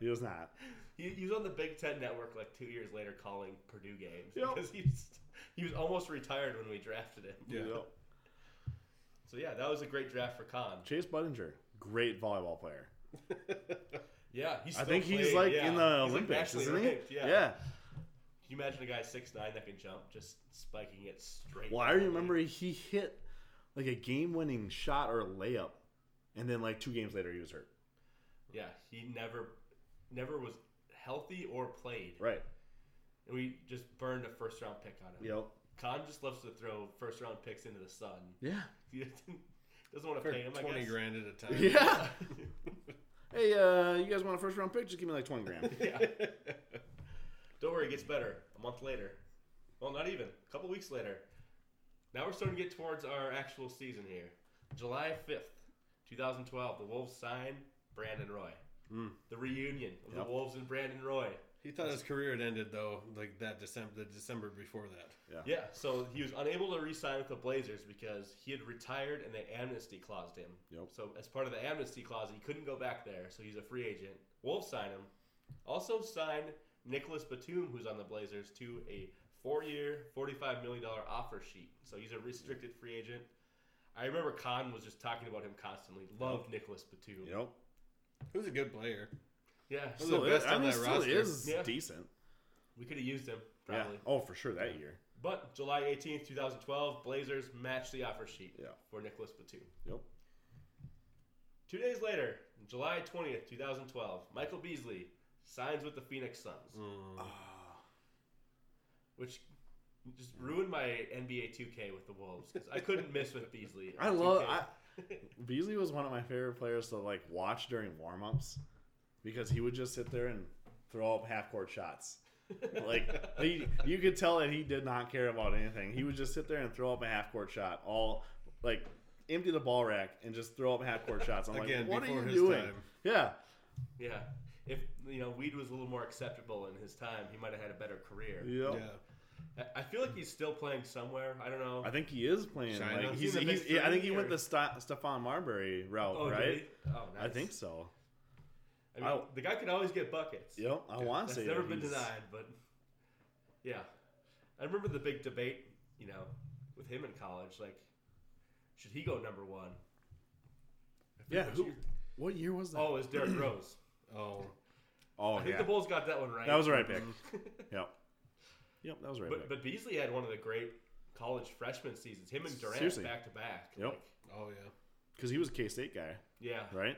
Speaker 3: he was not.
Speaker 1: he, he was on the Big Ten Network like two years later calling Purdue games
Speaker 3: Yep.
Speaker 1: because he was, he was almost retired when we drafted him.
Speaker 2: Yeah.
Speaker 3: You know.
Speaker 1: So yeah, that was a great draft for Khan.
Speaker 3: Chase Budinger, great volleyball player.
Speaker 1: Yeah, he's.
Speaker 3: I think he's like in the Olympics, isn't he?
Speaker 1: Yeah.
Speaker 3: yeah.
Speaker 1: Can you imagine a guy six nine that can jump, just spiking it straight?
Speaker 3: Well, I remember he hit like a game-winning shot or layup, and then like two games later he was hurt.
Speaker 1: Yeah, he never, never was healthy or played,
Speaker 3: Right.
Speaker 1: and we just burned a first round pick on him.
Speaker 3: Yep.
Speaker 1: Khan just loves to throw first round picks into the sun.
Speaker 3: Yeah.
Speaker 1: He doesn't, doesn't want to
Speaker 2: For
Speaker 1: pay him. I
Speaker 2: twenty
Speaker 1: guess.
Speaker 2: grand at a time.
Speaker 3: Yeah. hey, uh, you guys want a first round pick? Just give me like twenty grand.
Speaker 1: yeah. Don't worry, it gets better. A month later, well, not even a couple weeks later. Now we're starting to get towards our actual season here. July fifth, two thousand twelve. The Wolves sign Brandon Roy. The reunion of
Speaker 3: Yep.
Speaker 1: the Wolves and Brandon Roy.
Speaker 2: He thought his career had ended though, like that December, the December before that.
Speaker 1: Yeah, so he was unable to re-sign with the Blazers because he had retired and they amnesty claused him.
Speaker 3: Yep.
Speaker 1: So as part of the amnesty clause, he couldn't go back there, so he's a free agent. Wolves sign him. Also signed Nicholas Batum, who's on the Blazers, to a four-year, forty-five million dollar offer sheet. So he's a restricted free agent. I remember Khan was just talking about him constantly. Loved Nicholas Batum.
Speaker 3: Yep.
Speaker 2: He was a good player.
Speaker 1: Yeah,
Speaker 2: Still
Speaker 3: Still is.
Speaker 2: best
Speaker 3: I
Speaker 2: on
Speaker 3: mean,
Speaker 2: that
Speaker 3: still
Speaker 2: roster.
Speaker 3: is
Speaker 1: Yeah.
Speaker 3: decent.
Speaker 1: we could have used him
Speaker 3: Yeah.
Speaker 1: probably.
Speaker 3: Oh, for sure that year.
Speaker 1: But July 18th, 2012, Blazers matched the offer sheet
Speaker 3: Yeah.
Speaker 1: for Nicholas Batum.
Speaker 3: Yep.
Speaker 1: Two days later, July 20th, 2012, Michael Beasley signs with the Phoenix Suns,
Speaker 3: Mm.
Speaker 1: which just ruined my NBA 2K with the Wolves because I couldn't miss with Beasley. in
Speaker 3: I love.
Speaker 1: 2K.
Speaker 3: I, Beasley was one of my favorite players to like watch during warm ups because he would just sit there and throw up half court shots. Like he, you could tell that he did not care about anything. He would just sit there and throw up a half court shot, all like empty the ball rack and just throw up half court shots. I'm
Speaker 2: Again,
Speaker 3: like, what are
Speaker 2: before
Speaker 3: you
Speaker 2: his
Speaker 3: doing?
Speaker 2: time.
Speaker 3: Yeah,
Speaker 1: yeah, if you know weed was a little more acceptable in his time, he might have had a better career.
Speaker 3: Yep.
Speaker 2: Yeah.
Speaker 1: I I feel like he's still playing somewhere. I don't know.
Speaker 3: I think he is playing.
Speaker 2: China.
Speaker 3: Like
Speaker 2: He's
Speaker 3: he's,
Speaker 1: in the
Speaker 3: he's,
Speaker 1: big
Speaker 3: I think he
Speaker 1: three,
Speaker 3: went
Speaker 1: or-
Speaker 3: the Sta- Stefan Marbury route,
Speaker 1: did
Speaker 3: right?
Speaker 1: he? Oh, nice.
Speaker 3: I think so.
Speaker 1: I mean,
Speaker 3: I-
Speaker 1: the guy could always get buckets.
Speaker 3: Yep, I want to
Speaker 1: That's
Speaker 3: say
Speaker 1: never
Speaker 3: that
Speaker 1: been
Speaker 3: he's-
Speaker 1: denied, but yeah, I remember the big debate, you know, with him in college. Like, should he go number one?
Speaker 3: Yeah,
Speaker 1: Which
Speaker 3: who?
Speaker 1: year-
Speaker 3: What year was that?
Speaker 1: Oh, it was Derrick Rose.
Speaker 2: Oh,
Speaker 3: oh
Speaker 1: I think
Speaker 3: yeah,
Speaker 1: the Bulls got that one right.
Speaker 3: that was the right pick. Yep. Yep, that was the right
Speaker 1: but
Speaker 3: pick.
Speaker 1: but Beasley had one of the great college freshman seasons. Him and Durant
Speaker 3: Seriously.
Speaker 1: back to back.
Speaker 3: Yep.
Speaker 1: Like,
Speaker 2: oh yeah.
Speaker 3: Because he was a K State guy,
Speaker 1: yeah.
Speaker 3: right?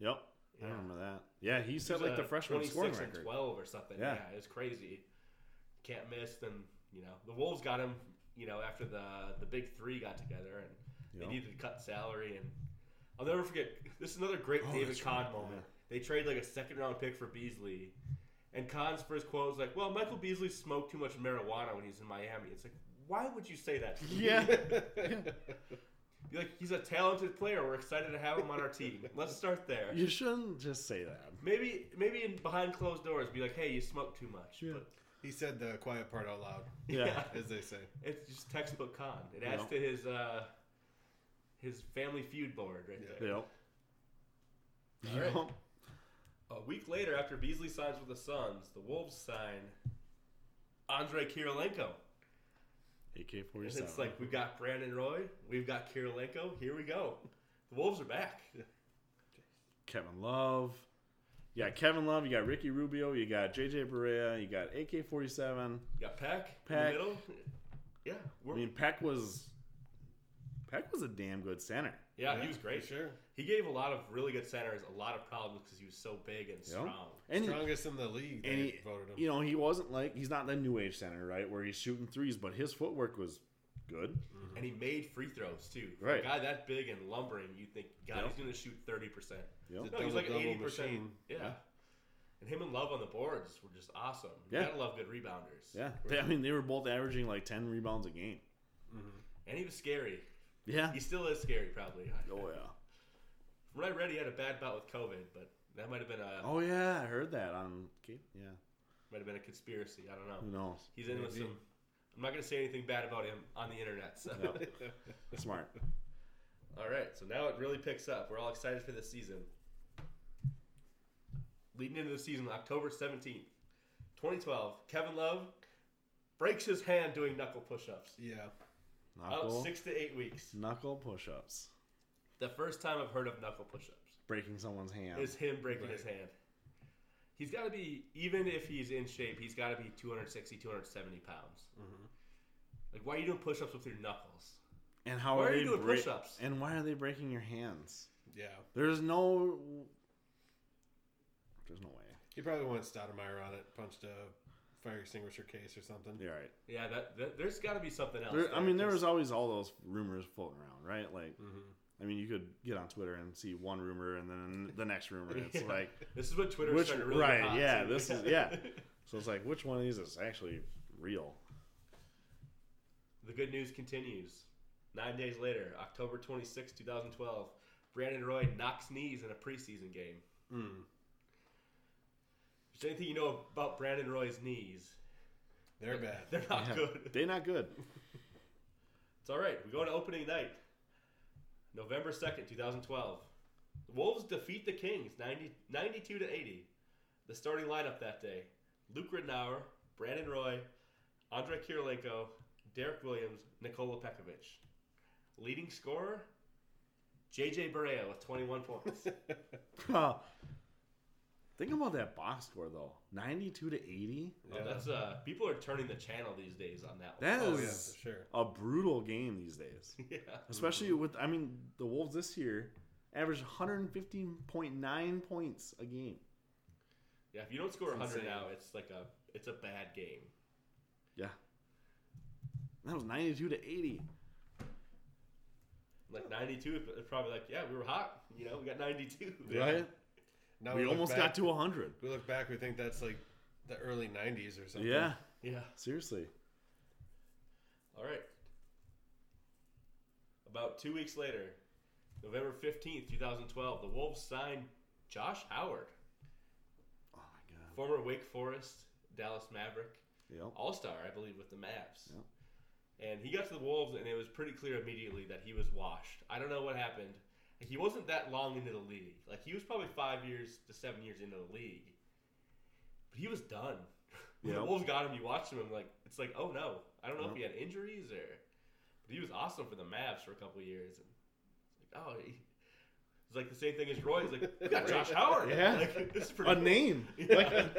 Speaker 3: Yep.
Speaker 1: Yeah.
Speaker 3: I remember that. Yeah, he set
Speaker 1: He was,
Speaker 3: like the
Speaker 1: uh,
Speaker 3: freshman
Speaker 1: 26
Speaker 3: scoring
Speaker 1: and
Speaker 3: record.
Speaker 1: 12 or something. Yeah.
Speaker 3: Yeah.
Speaker 1: it was crazy. Can't miss. Then you know the Wolves got him. You know after the the big three got together and
Speaker 3: Yep.
Speaker 1: they needed to cut salary and I'll never forget. This is another great
Speaker 3: Oh,
Speaker 1: David
Speaker 3: that's
Speaker 1: Kahn
Speaker 3: right,
Speaker 1: moment.
Speaker 3: yeah.
Speaker 1: They trade like a second round pick for Beasley, and Kahn's first quote was like, "Well, Michael Beasley smoked too much marijuana when he's in Miami." It's like, why would you say that? to me?
Speaker 3: Yeah.
Speaker 1: You're like he's a talented player. We're excited to have him on our team. Let's start there.
Speaker 3: you shouldn't just say that.
Speaker 1: Maybe maybe in behind closed doors, be like, "Hey, you smoke too much."
Speaker 3: Yeah.
Speaker 1: But
Speaker 2: He said the quiet part out loud,
Speaker 3: Yeah.
Speaker 2: as they say.
Speaker 1: It's just textbook con. It adds
Speaker 3: Yep.
Speaker 1: to his uh, his family feud board right
Speaker 2: Yeah.
Speaker 1: there.
Speaker 3: Yep.
Speaker 1: All right.
Speaker 3: Yep.
Speaker 1: A week later, after Beasley signs with the Suns, the Wolves sign Andre Kirilenko.
Speaker 3: AK
Speaker 1: And
Speaker 3: 47.
Speaker 1: it's like we've got Brandon Roy, we've got Kirilenko. Here we go. The Wolves are back.
Speaker 3: Kevin Love. You got Kevin Love. You got Ricky Rubio. You got JJ Barea. You got AK 47.
Speaker 1: You got Peck, in
Speaker 3: Peck.
Speaker 1: the middle. Yeah,
Speaker 3: I
Speaker 1: we're,
Speaker 3: mean, Peck was. Peck was a damn good center.
Speaker 1: yeah, he was great.
Speaker 2: for Sure.
Speaker 1: He gave a lot of really good centers a lot of problems because he was so big and strong.
Speaker 3: And he,
Speaker 2: Strongest in the league. They
Speaker 3: and he,
Speaker 2: voted him.
Speaker 3: you know, he wasn't like he's not the new age center, right? Where he's shooting threes, but his footwork was good.
Speaker 1: And he made free throws too. For A
Speaker 3: Right.
Speaker 1: guy that big and lumbering, you think, God,
Speaker 3: Yep.
Speaker 1: he's going to shoot thirty percent.
Speaker 3: Yep.
Speaker 1: No, he's like
Speaker 2: Double-double
Speaker 1: eighty percent.
Speaker 2: machine.
Speaker 1: Yeah.
Speaker 3: Yeah.
Speaker 1: And him and Love on the boards were just awesome. You
Speaker 3: Yeah.
Speaker 1: gotta love good rebounders.
Speaker 3: Yeah, they, I mean, they were both averaging like ten rebounds a game.
Speaker 1: And he was scary.
Speaker 3: Yeah.
Speaker 1: He still is scary, probably.
Speaker 3: Oh yeah.
Speaker 1: From what I read, he had a bad bout with COVID, but that might have been a
Speaker 3: Oh yeah, I heard that on. Yeah.
Speaker 1: might have been a conspiracy. I don't
Speaker 3: Who
Speaker 1: know.
Speaker 3: knows?
Speaker 1: He's in with
Speaker 2: Maybe.
Speaker 1: some. I'm not gonna say anything bad about him on the internet. So.
Speaker 3: No. Smart.
Speaker 1: Oh, All right, so now it really picks up. We're all excited for the season. Leading into the season, October 17th, 2012, Kevin Love breaks his hand doing knuckle push ups.
Speaker 2: yeah.
Speaker 1: Out
Speaker 3: Knuckle.
Speaker 1: six to eight weeks.
Speaker 3: Knuckle push-ups.
Speaker 1: The first time I've heard of knuckle push ups
Speaker 3: Breaking someone's hand.
Speaker 1: is him breaking
Speaker 2: Right.
Speaker 1: his hand. He's got to be, even if he's in shape, he's got to be 260, 270 pounds.
Speaker 2: mm-hmm.
Speaker 1: Like, why are you doing push ups with your knuckles?
Speaker 3: and how
Speaker 1: Why
Speaker 3: are,
Speaker 1: are
Speaker 3: they
Speaker 1: you doing
Speaker 3: break-
Speaker 1: push-ups?
Speaker 3: And why are they breaking your hands?
Speaker 2: Yeah.
Speaker 3: There's no. There's no way.
Speaker 2: He probably went Stoudemire on it, punched a fire extinguisher case or something.
Speaker 3: You're right.
Speaker 1: Yeah, that, that there's got to be something else.
Speaker 3: There, I
Speaker 1: there,
Speaker 3: mean, there
Speaker 1: 'cause-
Speaker 3: was always all those rumors floating around, right? Like,
Speaker 2: Mhm.
Speaker 3: I mean, you could get on Twitter and see one rumor and then the next rumor. It's
Speaker 1: Yeah.
Speaker 3: like,
Speaker 1: This is what Twitter
Speaker 3: Which-
Speaker 1: started really
Speaker 3: right,
Speaker 1: hot,
Speaker 3: yeah,
Speaker 1: too.
Speaker 3: this is- yeah. so it's like, which one of these is actually real?
Speaker 1: the good news continues. Nine days later, October twenty sixth, 2012, Brandon Roy knocks knees in a preseason game.
Speaker 2: Mm.
Speaker 1: If there's anything you know about Brandon Roy's knees,
Speaker 2: They're bad.
Speaker 1: they're not
Speaker 3: Yeah.
Speaker 1: good.
Speaker 3: They not good.
Speaker 1: It's all right. We go to opening night, November 2nd, 2012. The Wolves defeat the Kings 90, 92 to 80. The starting lineup that day Luke Ridnour, Brandon Roy, Andre Kirilenko, Derek Williams, Nikola Pekovic. Leading scorer, JJ Barea with 21 points.
Speaker 3: Huh. Uh, Think about that box score though, ninety-two to eighty.
Speaker 1: Oh,
Speaker 2: Yeah.
Speaker 1: that's uh, people are turning the channel these days on that.
Speaker 3: That
Speaker 2: Oh
Speaker 3: is
Speaker 2: yeah, for sure.
Speaker 3: a brutal game these days,
Speaker 1: one. yeah,
Speaker 3: especially with I mean the Wolves this year averaged one hundred fifteen point nine points a game.
Speaker 1: yeah. If you don't score
Speaker 2: It's
Speaker 1: 100
Speaker 2: insane.
Speaker 1: now, it's like a it's a bad game.
Speaker 3: Yeah, that was ninety-two to eighty.
Speaker 1: Like 92, it- it's probably like yeah, we were hot. You know, we got 92.
Speaker 3: Right?
Speaker 2: Now
Speaker 3: we
Speaker 2: look
Speaker 3: almost
Speaker 2: back-
Speaker 3: got to hundred.
Speaker 2: We look back, we think that's like the early '90s or something.
Speaker 3: Yeah,
Speaker 1: Yeah.
Speaker 3: seriously.
Speaker 1: All right. About two weeks later, November 15th, 2012, the Wolves signed Josh Howard,
Speaker 3: Oh my god.
Speaker 1: former Wake Forest, Dallas Maverick,
Speaker 3: Yep.
Speaker 1: All Star, I believe, with the Mavs. And he got to the Wolves, and it was pretty clear immediately that he was washed. I don't know what happened. He wasn't that long into the league. Like, he was probably five years to seven years into the league. But he was done. when the
Speaker 3: Yep.
Speaker 1: Wolves got him, you watched him, and like, it's like, oh no. I don't know if
Speaker 3: Yep.
Speaker 1: he had injuries or. But he was awesome for the Mavs for a couple years. And it's like, oh, he. It's like the same thing as Roy. It's like, we got Josh Howard.
Speaker 3: Yeah.
Speaker 1: Like, this is pretty
Speaker 3: A
Speaker 1: cool.
Speaker 3: name. Like a-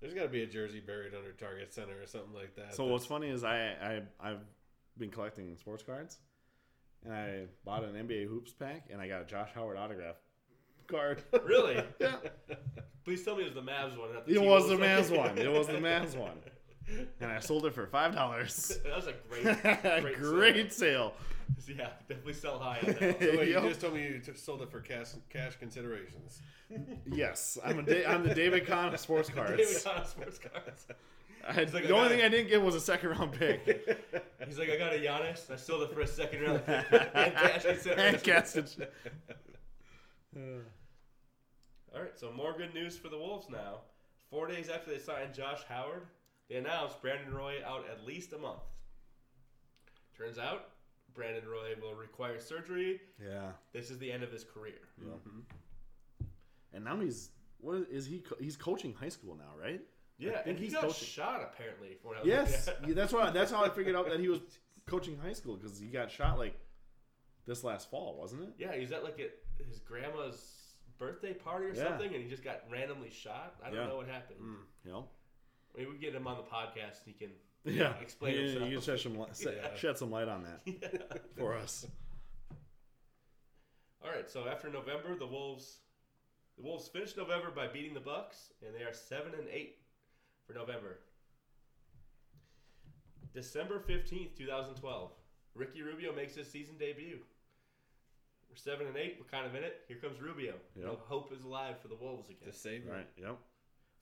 Speaker 2: There's got to be a jersey buried under Target Center or something like that.
Speaker 3: So
Speaker 2: That's-
Speaker 3: what's funny is I, I I've been collecting sports cards, and I bought an NBA hoops pack, and I got a Josh Howard autograph card.
Speaker 1: Really?
Speaker 3: yeah,
Speaker 1: Please tell me it was the Mavs one. Not the
Speaker 3: it was the
Speaker 1: T-Wolves
Speaker 3: Mavs one. It was the Mavs one, and I sold it for five dollars.
Speaker 1: That was a great,
Speaker 3: Great,
Speaker 1: great. sale.
Speaker 3: sale.
Speaker 1: Yeah, definitely sell high on that. one.
Speaker 2: So wait, you
Speaker 3: Yep.
Speaker 2: just told me you t- sold it for cash cash considerations.
Speaker 3: Yes, I'm a da- I'm the David Kahn of sports
Speaker 1: David
Speaker 3: cards.
Speaker 1: Connor sports cards.
Speaker 3: I,
Speaker 1: like,
Speaker 3: the
Speaker 1: I
Speaker 3: only
Speaker 1: got-
Speaker 3: thing I didn't get was a second round pick.
Speaker 1: He's like, I got a Giannis. I sold it for a second round. pick. And cash
Speaker 3: And
Speaker 1: consideration.
Speaker 3: casted.
Speaker 1: All right, so more good news for the Wolves now. Four days after they signed Josh Howard, they announced Brandon Roy out at least a month. Turns out, Brandon Roy will require surgery.
Speaker 3: Yeah,
Speaker 1: This is the end of his career.
Speaker 3: and now he's what is- is he? Co- he's coaching high school now, right?
Speaker 1: Yeah,
Speaker 3: think
Speaker 1: and he
Speaker 3: he's
Speaker 1: got
Speaker 3: coaching.
Speaker 1: shot apparently. For what I was
Speaker 3: Yes,
Speaker 1: looking at.
Speaker 3: yeah, that's why. That's how I figured out that he was coaching high school because he got shot like this last fall, wasn't it?
Speaker 1: Yeah, he's at like at his grandma's birthday party or
Speaker 3: Yeah.
Speaker 1: something, and he just got randomly shot. I don't
Speaker 3: Yeah. Mm.
Speaker 1: know what happened.
Speaker 3: You know?
Speaker 1: Maybe we get him on the podcast, and he can.
Speaker 3: Yeah,
Speaker 1: Explain
Speaker 3: You,
Speaker 1: himself.
Speaker 3: you can shed some li- se-
Speaker 2: Yeah.
Speaker 3: shed some light on that for us.
Speaker 1: All right. So after November, the Wolves, the Wolves finished November by beating the Bucks, and they are seven and eight for November. December fifteenth, two thousand twelve. Ricky Rubio makes his season debut. We're seven and eight. We're kind of in it. Here comes Rubio.
Speaker 3: Yep.
Speaker 1: No hope is alive for the Wolves again.
Speaker 2: To save
Speaker 3: Right?
Speaker 2: right.
Speaker 3: Yep.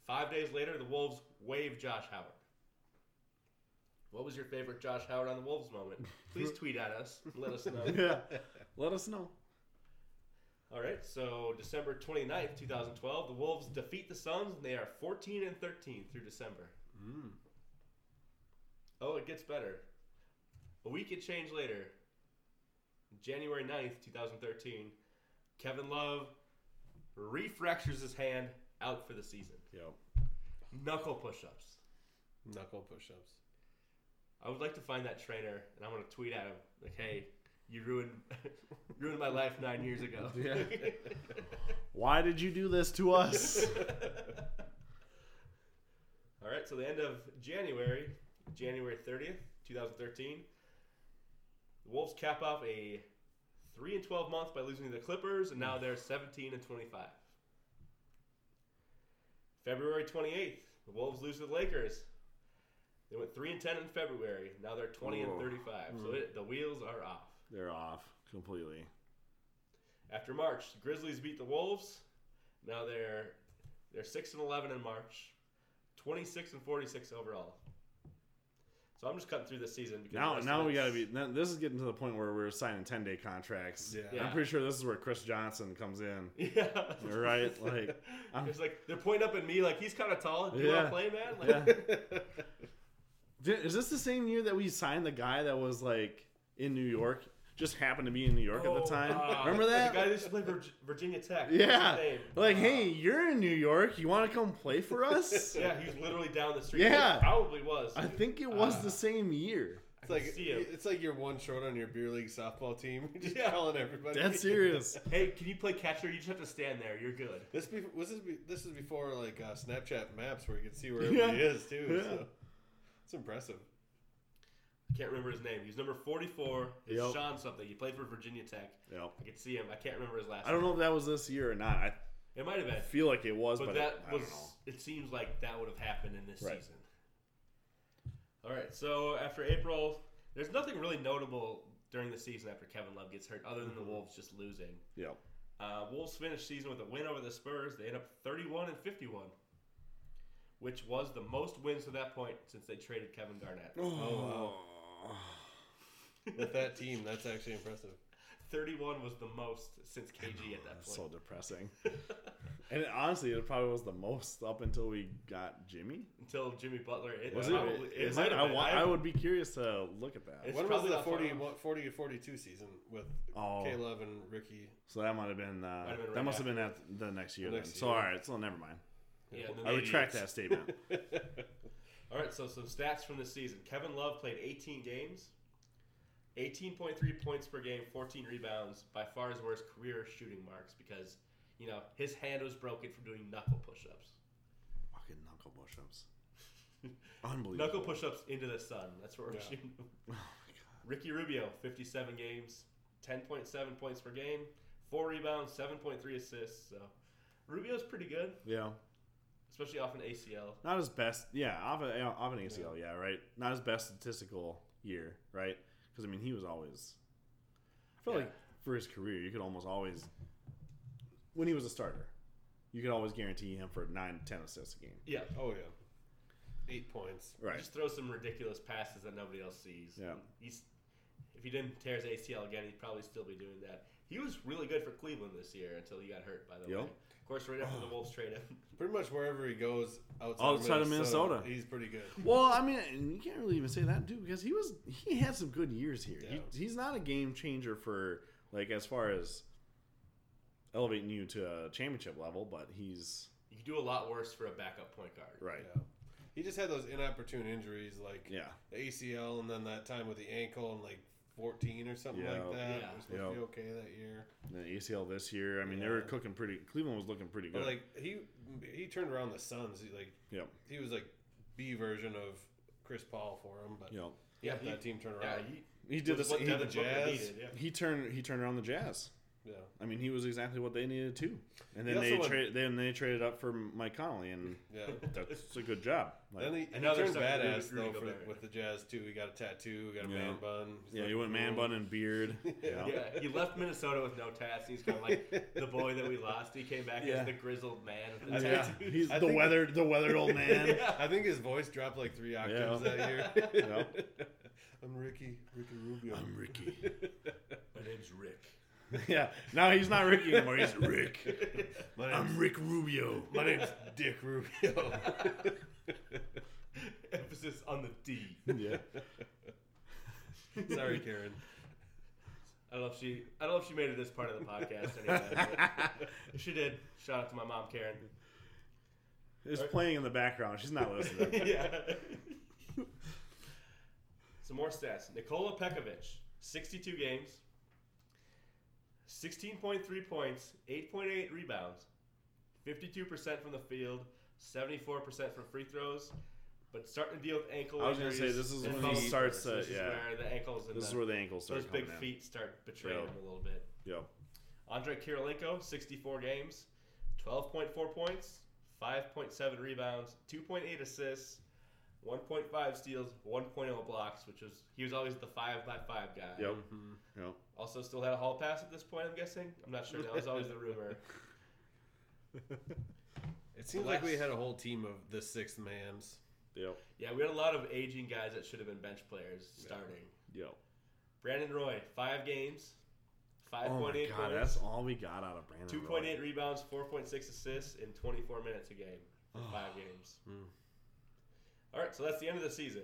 Speaker 1: Five days later, the Wolves waive Josh Howard. What was your favorite Josh Howard on the Wolves moment? Please tweet at us. and Let us know.
Speaker 3: Yeah. Let us know.
Speaker 1: All right, so December 29th, 2012, the Wolves defeat the Suns, and they are 14 and 13 through December. Oh, it gets better. A week and change later, January 9th, 2013, Kevin Love refractures his hand out for the season.
Speaker 3: Yep.
Speaker 1: Knuckle push ups.
Speaker 2: knuckle push-ups.
Speaker 1: I would like to find that trainer, and I'm gonna tweet at him like, "Hey, you ruined ruined my life nine years ago."
Speaker 3: Yeah. Why did you do this to us?
Speaker 1: All right. So the end of January, January 30th, 2013, the Wolves cap off a three and 12 month by losing to the Clippers, and now they're 17 and 25. February 28th, the Wolves lose to the Lakers. They went three and 10 in February. Now they're 20 and
Speaker 3: Whoa.
Speaker 1: 35. So it, the wheels are off.
Speaker 3: They're off completely.
Speaker 1: After March, the Grizzlies beat the Wolves. Now they're they're six and eleven in March, twenty six and forty six overall. So I'm just cutting through this season. Because
Speaker 3: Now,
Speaker 1: the rest
Speaker 3: now
Speaker 1: of
Speaker 3: we
Speaker 1: it's-
Speaker 3: gotta be. Now, this is getting to the point where we're signing ten day contracts.
Speaker 2: Yeah.
Speaker 1: Yeah.
Speaker 3: I'm pretty sure this is where Chris Johnson comes in.
Speaker 1: Yeah.
Speaker 3: Right? Like, I'm-
Speaker 1: it's like they're pointing up at me like he's kind of tall. Do you want
Speaker 3: Yeah.
Speaker 1: to play, man? Like,
Speaker 3: yeah. Did, is this the same year that we signed the guy that was like in New York? Just happened to be in New York at
Speaker 1: oh,
Speaker 3: the time.
Speaker 1: uh,
Speaker 3: Remember that?
Speaker 1: The guy that used to play Virg- Virginia Tech. What's
Speaker 3: yeah.
Speaker 1: his name?
Speaker 3: Like,
Speaker 1: Uh,
Speaker 3: hey, you're in New York. You want to come play for us?
Speaker 1: Yeah, he's literally down the street.
Speaker 3: Yeah.
Speaker 1: It probably was.
Speaker 3: I think it was
Speaker 1: Uh,
Speaker 3: the same year.
Speaker 2: It's
Speaker 1: I
Speaker 2: like
Speaker 1: can see him.
Speaker 2: it's like you're one short on your beer league softball team. You're just
Speaker 1: Yeah.
Speaker 2: telling everybody.
Speaker 3: Dead serious.
Speaker 1: Hey, can you play catcher? You just have to stand there. You're good.
Speaker 2: This be, was this be, this is before like uh, Snapchat maps where you can see where
Speaker 3: Yeah.
Speaker 2: everybody is too.
Speaker 3: Yeah.
Speaker 2: So it's impressive.
Speaker 1: I can't remember his name. He's number 44. It's
Speaker 3: Yep.
Speaker 1: Sean something. He played for Virginia Tech.
Speaker 3: Yep.
Speaker 1: I could see him. I can't remember his last
Speaker 3: I don't
Speaker 1: name.
Speaker 3: know if that was this year or not. I
Speaker 1: It might have been.
Speaker 3: feel like it was,
Speaker 1: But,
Speaker 3: but,
Speaker 1: that
Speaker 3: I,
Speaker 1: was,
Speaker 3: I don't know.
Speaker 1: it seems like that would have happened in this
Speaker 3: Right.
Speaker 1: season. All right, so after April, there's nothing really notable during the season after Kevin Love gets hurt, other than
Speaker 3: Mm-hmm.
Speaker 1: the Wolves just losing.
Speaker 3: Yep.
Speaker 1: Uh, Wolves finished season with a win over the Spurs. They end up 31 and 51, which was the most wins to that point since they traded Kevin Garnett.
Speaker 3: Oh,
Speaker 2: With that team, that's actually impressive.
Speaker 1: 31 was the most since KG at that
Speaker 3: That's
Speaker 1: point.
Speaker 3: so depressing. and it- honestly, it probably was the most up until we got Jimmy.
Speaker 1: Until Jimmy Butler, it
Speaker 3: Was it?
Speaker 1: probably it,
Speaker 3: Is
Speaker 1: might
Speaker 3: it?
Speaker 1: have
Speaker 3: I,
Speaker 1: been.
Speaker 3: wa-
Speaker 1: I-
Speaker 3: I would be curious to look at that.
Speaker 1: It's
Speaker 2: when was
Speaker 1: probably
Speaker 2: the
Speaker 1: not far
Speaker 2: 40,
Speaker 1: off.
Speaker 2: what, 40 42 season with
Speaker 3: Oh.
Speaker 2: Caleb and Ricky?
Speaker 3: So that might have been. Uh,
Speaker 1: have been right
Speaker 3: that must have been at the next year.
Speaker 2: The
Speaker 3: then.
Speaker 2: next
Speaker 3: So
Speaker 2: year.
Speaker 3: all right. So never mind.
Speaker 1: yeah, and then
Speaker 3: I
Speaker 1: they-
Speaker 3: retract that statement.
Speaker 1: All right, so some stats from the season. Kevin Love played 18 games, 18.3 points per game, 14 rebounds, by far his worst career shooting marks because, you know, his hand was broken from doing knuckle push-ups.
Speaker 3: Fucking knuckle push-ups. Unbelievable.
Speaker 1: Knuckle push-ups into the sun. That's what we're
Speaker 2: Yeah.
Speaker 1: shooting.
Speaker 3: Oh my
Speaker 1: Ricky Rubio, 57 games, 10.7 points per game, 4 rebounds, 7.3 assists. So Rubio's pretty good,
Speaker 3: Yeah.
Speaker 1: especially off an ACL.
Speaker 3: Not his best. Yeah. Off, a, off an ACL. Yeah. Right. Not his best statistical year. Right. Because I mean, he was always. I feel
Speaker 1: Yeah.
Speaker 3: like for his career, you could almost always. When he was a starter, you could always guarantee him for nine, ten assists a game.
Speaker 1: Yeah.
Speaker 2: Oh yeah, eight points.
Speaker 3: Right.
Speaker 1: Just throw some ridiculous passes that nobody else sees.
Speaker 3: Yeah.
Speaker 1: He's if he didn't tear his ACL again, he'd probably still be doing that. He was really good for Cleveland this year until he got hurt. By the
Speaker 3: Yep.
Speaker 1: way, of course, right
Speaker 3: Oh.
Speaker 1: after the Wolves trade him.
Speaker 2: Pretty much wherever he goes outside,
Speaker 3: Outside
Speaker 2: of
Speaker 3: of
Speaker 2: Minnesota,
Speaker 3: Minnesota.
Speaker 2: he's pretty good.
Speaker 3: Well, I mean, and you can't really even say that, dude, because he was he had some good years here.
Speaker 2: Yeah.
Speaker 3: He, he's not a game changer for like as far as elevating you to a championship level, but he's
Speaker 1: You could do a lot worse for a backup point guard.
Speaker 3: right.
Speaker 2: Yeah. He just had those inopportune injuries like
Speaker 3: Yeah,
Speaker 2: the ACL and then that time with the ankle and like 14 or something
Speaker 3: Yeah.
Speaker 2: like that.
Speaker 1: Yeah.
Speaker 2: It was supposed to
Speaker 3: Yeah.
Speaker 2: be okay that year.
Speaker 3: And the ACL this year. I mean, they were
Speaker 2: Yeah.
Speaker 3: cooking pretty. Cleveland was looking pretty
Speaker 2: But
Speaker 3: good.
Speaker 2: like he he turned around the Suns. He, like
Speaker 3: Yep.
Speaker 2: he was like B version of Chris Paul for him, but
Speaker 3: you know,
Speaker 2: he helped
Speaker 1: Yeah, he-
Speaker 2: that team turn
Speaker 1: Yeah,
Speaker 2: around.
Speaker 1: he
Speaker 3: he did
Speaker 1: was
Speaker 3: this.
Speaker 1: what
Speaker 3: He,
Speaker 1: Devin
Speaker 2: the
Speaker 1: Booker
Speaker 2: Jazz.
Speaker 1: needed, yeah.
Speaker 3: he turned he turned around the Jazz.
Speaker 2: Yeah.
Speaker 3: I mean, he was exactly what they needed too. And
Speaker 2: He
Speaker 3: then they
Speaker 2: also
Speaker 3: tra- then they traded up for Mike Conley, and
Speaker 2: Yeah.
Speaker 3: that's a good job. Like,
Speaker 2: Then he, he
Speaker 1: Another
Speaker 2: turned
Speaker 1: second
Speaker 2: badass
Speaker 1: Rudy
Speaker 2: though for,
Speaker 1: Gobert.
Speaker 2: with the Jazz too. He got a tattoo, got a
Speaker 3: Yeah.
Speaker 2: man bun. He's
Speaker 3: yeah,
Speaker 2: like,
Speaker 3: he went man
Speaker 2: "Ooh."
Speaker 3: bun and beard. Yeah.
Speaker 1: Yeah, he left Minnesota with no tats. He's kind of like the boy that we lost. He came back
Speaker 3: Yeah.
Speaker 1: as the grizzled man. With the
Speaker 2: I
Speaker 3: Yeah,
Speaker 1: tattoos.
Speaker 3: he's
Speaker 2: I
Speaker 3: the
Speaker 2: think-
Speaker 3: weathered, the weathered old man.
Speaker 2: I think his voice dropped like three octaves
Speaker 3: Yeah.
Speaker 2: that year.
Speaker 3: Yeah.
Speaker 2: I'm Ricky, Ricky Rubio.
Speaker 3: I'm Ricky.
Speaker 1: My name's Rick.
Speaker 3: yeah, now he's not Ricky anymore. He's Rick.
Speaker 2: my name's,
Speaker 3: I'm Rick Rubio.
Speaker 2: my name's Dick Rubio.
Speaker 1: Emphasis on the D.
Speaker 3: Yeah.
Speaker 2: Sorry, Karen.
Speaker 1: I don't know if she I don't know if she made it this part of the podcast anyway. but if she did, shout out to my mom Karen.
Speaker 3: It's playing in the background. She's not listening.
Speaker 1: yeah. Some more stats. Nikola Pekovic, 62 games, 16.3 points, 8.8 rebounds, 52% from the field, 74% from free throws, but starting to deal with ankle
Speaker 3: I was gonna
Speaker 1: injuries
Speaker 3: say, this is
Speaker 1: and
Speaker 3: when he
Speaker 1: fumbles
Speaker 3: starts
Speaker 1: first.
Speaker 3: to-
Speaker 1: This is
Speaker 3: yeah.
Speaker 1: where the ankles and
Speaker 3: This is
Speaker 1: the-
Speaker 3: where the ankles start
Speaker 1: those big
Speaker 3: coming
Speaker 1: feet start betraying
Speaker 3: Yeah.
Speaker 1: him a little bit.
Speaker 3: in. Yo.
Speaker 1: Andre Kirilenko, 64 games, 12.4 points, 5.7 rebounds, 2.8 assists, 1.5 steals, 1.0 blocks, which was he was always the five by five guy.
Speaker 3: Yep. Mm-hmm. Yep.
Speaker 1: Also, still had a hall pass at this point. I'm guessing. I'm not sure. That was always the rumor.
Speaker 2: It seems like we had a whole team of the sixth mans.
Speaker 3: Yep.
Speaker 1: Yeah, we had a lot of aging guys that should have been bench players starting.
Speaker 3: Yep.
Speaker 1: Brandon Roy, five games, 5.8
Speaker 3: Oh my god,
Speaker 1: points,
Speaker 3: that's all we got out of Brandon.
Speaker 1: 2.8
Speaker 3: Roy.
Speaker 1: rebounds, 4.6 assists in 24 minutes a game for five games.
Speaker 2: Hmm.
Speaker 1: All right, so that's the end of the season.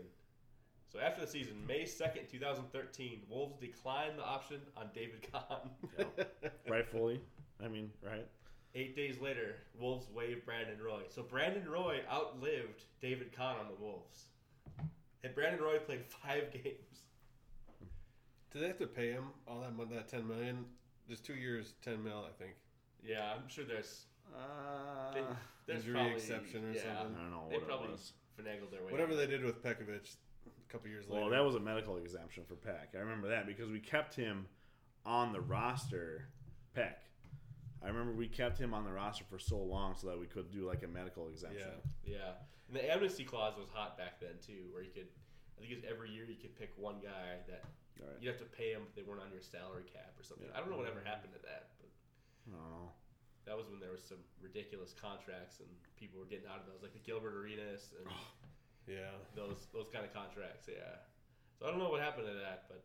Speaker 1: So after the season, May 2nd, 2013, Wolves declined the option on David Kahn.
Speaker 3: Rightfully. I mean, right?
Speaker 1: Eight days later, Wolves waived Brandon Roy. So Brandon Roy outlived David Kahn on the Wolves. And Brandon Roy played five games.
Speaker 2: Do they have to pay him all that money? That ten million? There's two years, ten mil, I think.
Speaker 1: Yeah, I'm sure there's
Speaker 3: Uh,
Speaker 1: They- there's
Speaker 2: Injury
Speaker 1: probably,
Speaker 2: exception or
Speaker 1: yeah,
Speaker 3: I
Speaker 2: something.
Speaker 3: don't know
Speaker 1: They
Speaker 3: what
Speaker 1: probably
Speaker 3: it was.
Speaker 1: finagled their way.
Speaker 2: Whatever
Speaker 1: out.
Speaker 2: they did with Pekovic, a couple years later.
Speaker 3: Well, that was a medical exemption for Peck. I remember that because we kept him on the roster. Peck. I remember we kept him on the roster for so long so that we could do like a medical exemption.
Speaker 2: Yeah.
Speaker 1: Yeah, and the amnesty clause was hot back then too, where you could, I think it's every year you could pick one guy that
Speaker 3: All right.
Speaker 1: you'd have to pay him, but they weren't on your salary cap or something.
Speaker 3: Yeah.
Speaker 1: I don't know whatever happened to that, but
Speaker 3: I don't know.
Speaker 1: that was when there was some ridiculous contracts and people were getting out of those, like the Gilbert Arenas and
Speaker 3: Oh.
Speaker 2: yeah.
Speaker 1: those those kind of contracts. Yeah, so I don't know what happened to that, but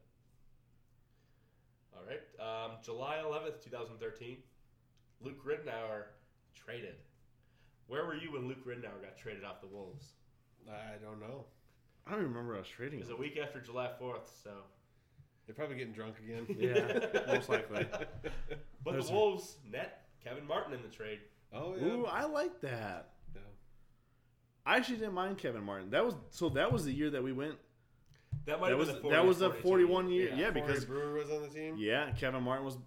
Speaker 1: all right, um, July eleventh, two thousand thirteen, Luke Ridnour traded. Where were you when Luke Ridnour got traded off the Wolves?
Speaker 2: I don't know.
Speaker 3: I don't remember us trading.
Speaker 1: It was a
Speaker 3: him.
Speaker 1: week after July 4th, so.
Speaker 2: They're probably getting drunk again.
Speaker 3: Yeah, most likely.
Speaker 1: But
Speaker 3: There's a-
Speaker 1: the Wolves net Kevin Martin in the trade.
Speaker 2: Oh yeah.
Speaker 3: Ooh, I like that.
Speaker 2: yeah.
Speaker 3: I actually didn't mind Kevin Martin. That was so. That was the year that we went.
Speaker 1: That might have
Speaker 3: That was
Speaker 1: been the 40,
Speaker 3: that was a
Speaker 1: 42.
Speaker 3: forty-one year. Yeah,
Speaker 2: Corey
Speaker 3: because
Speaker 2: Brewer was on the team.
Speaker 3: yeah, Kevin Martin was.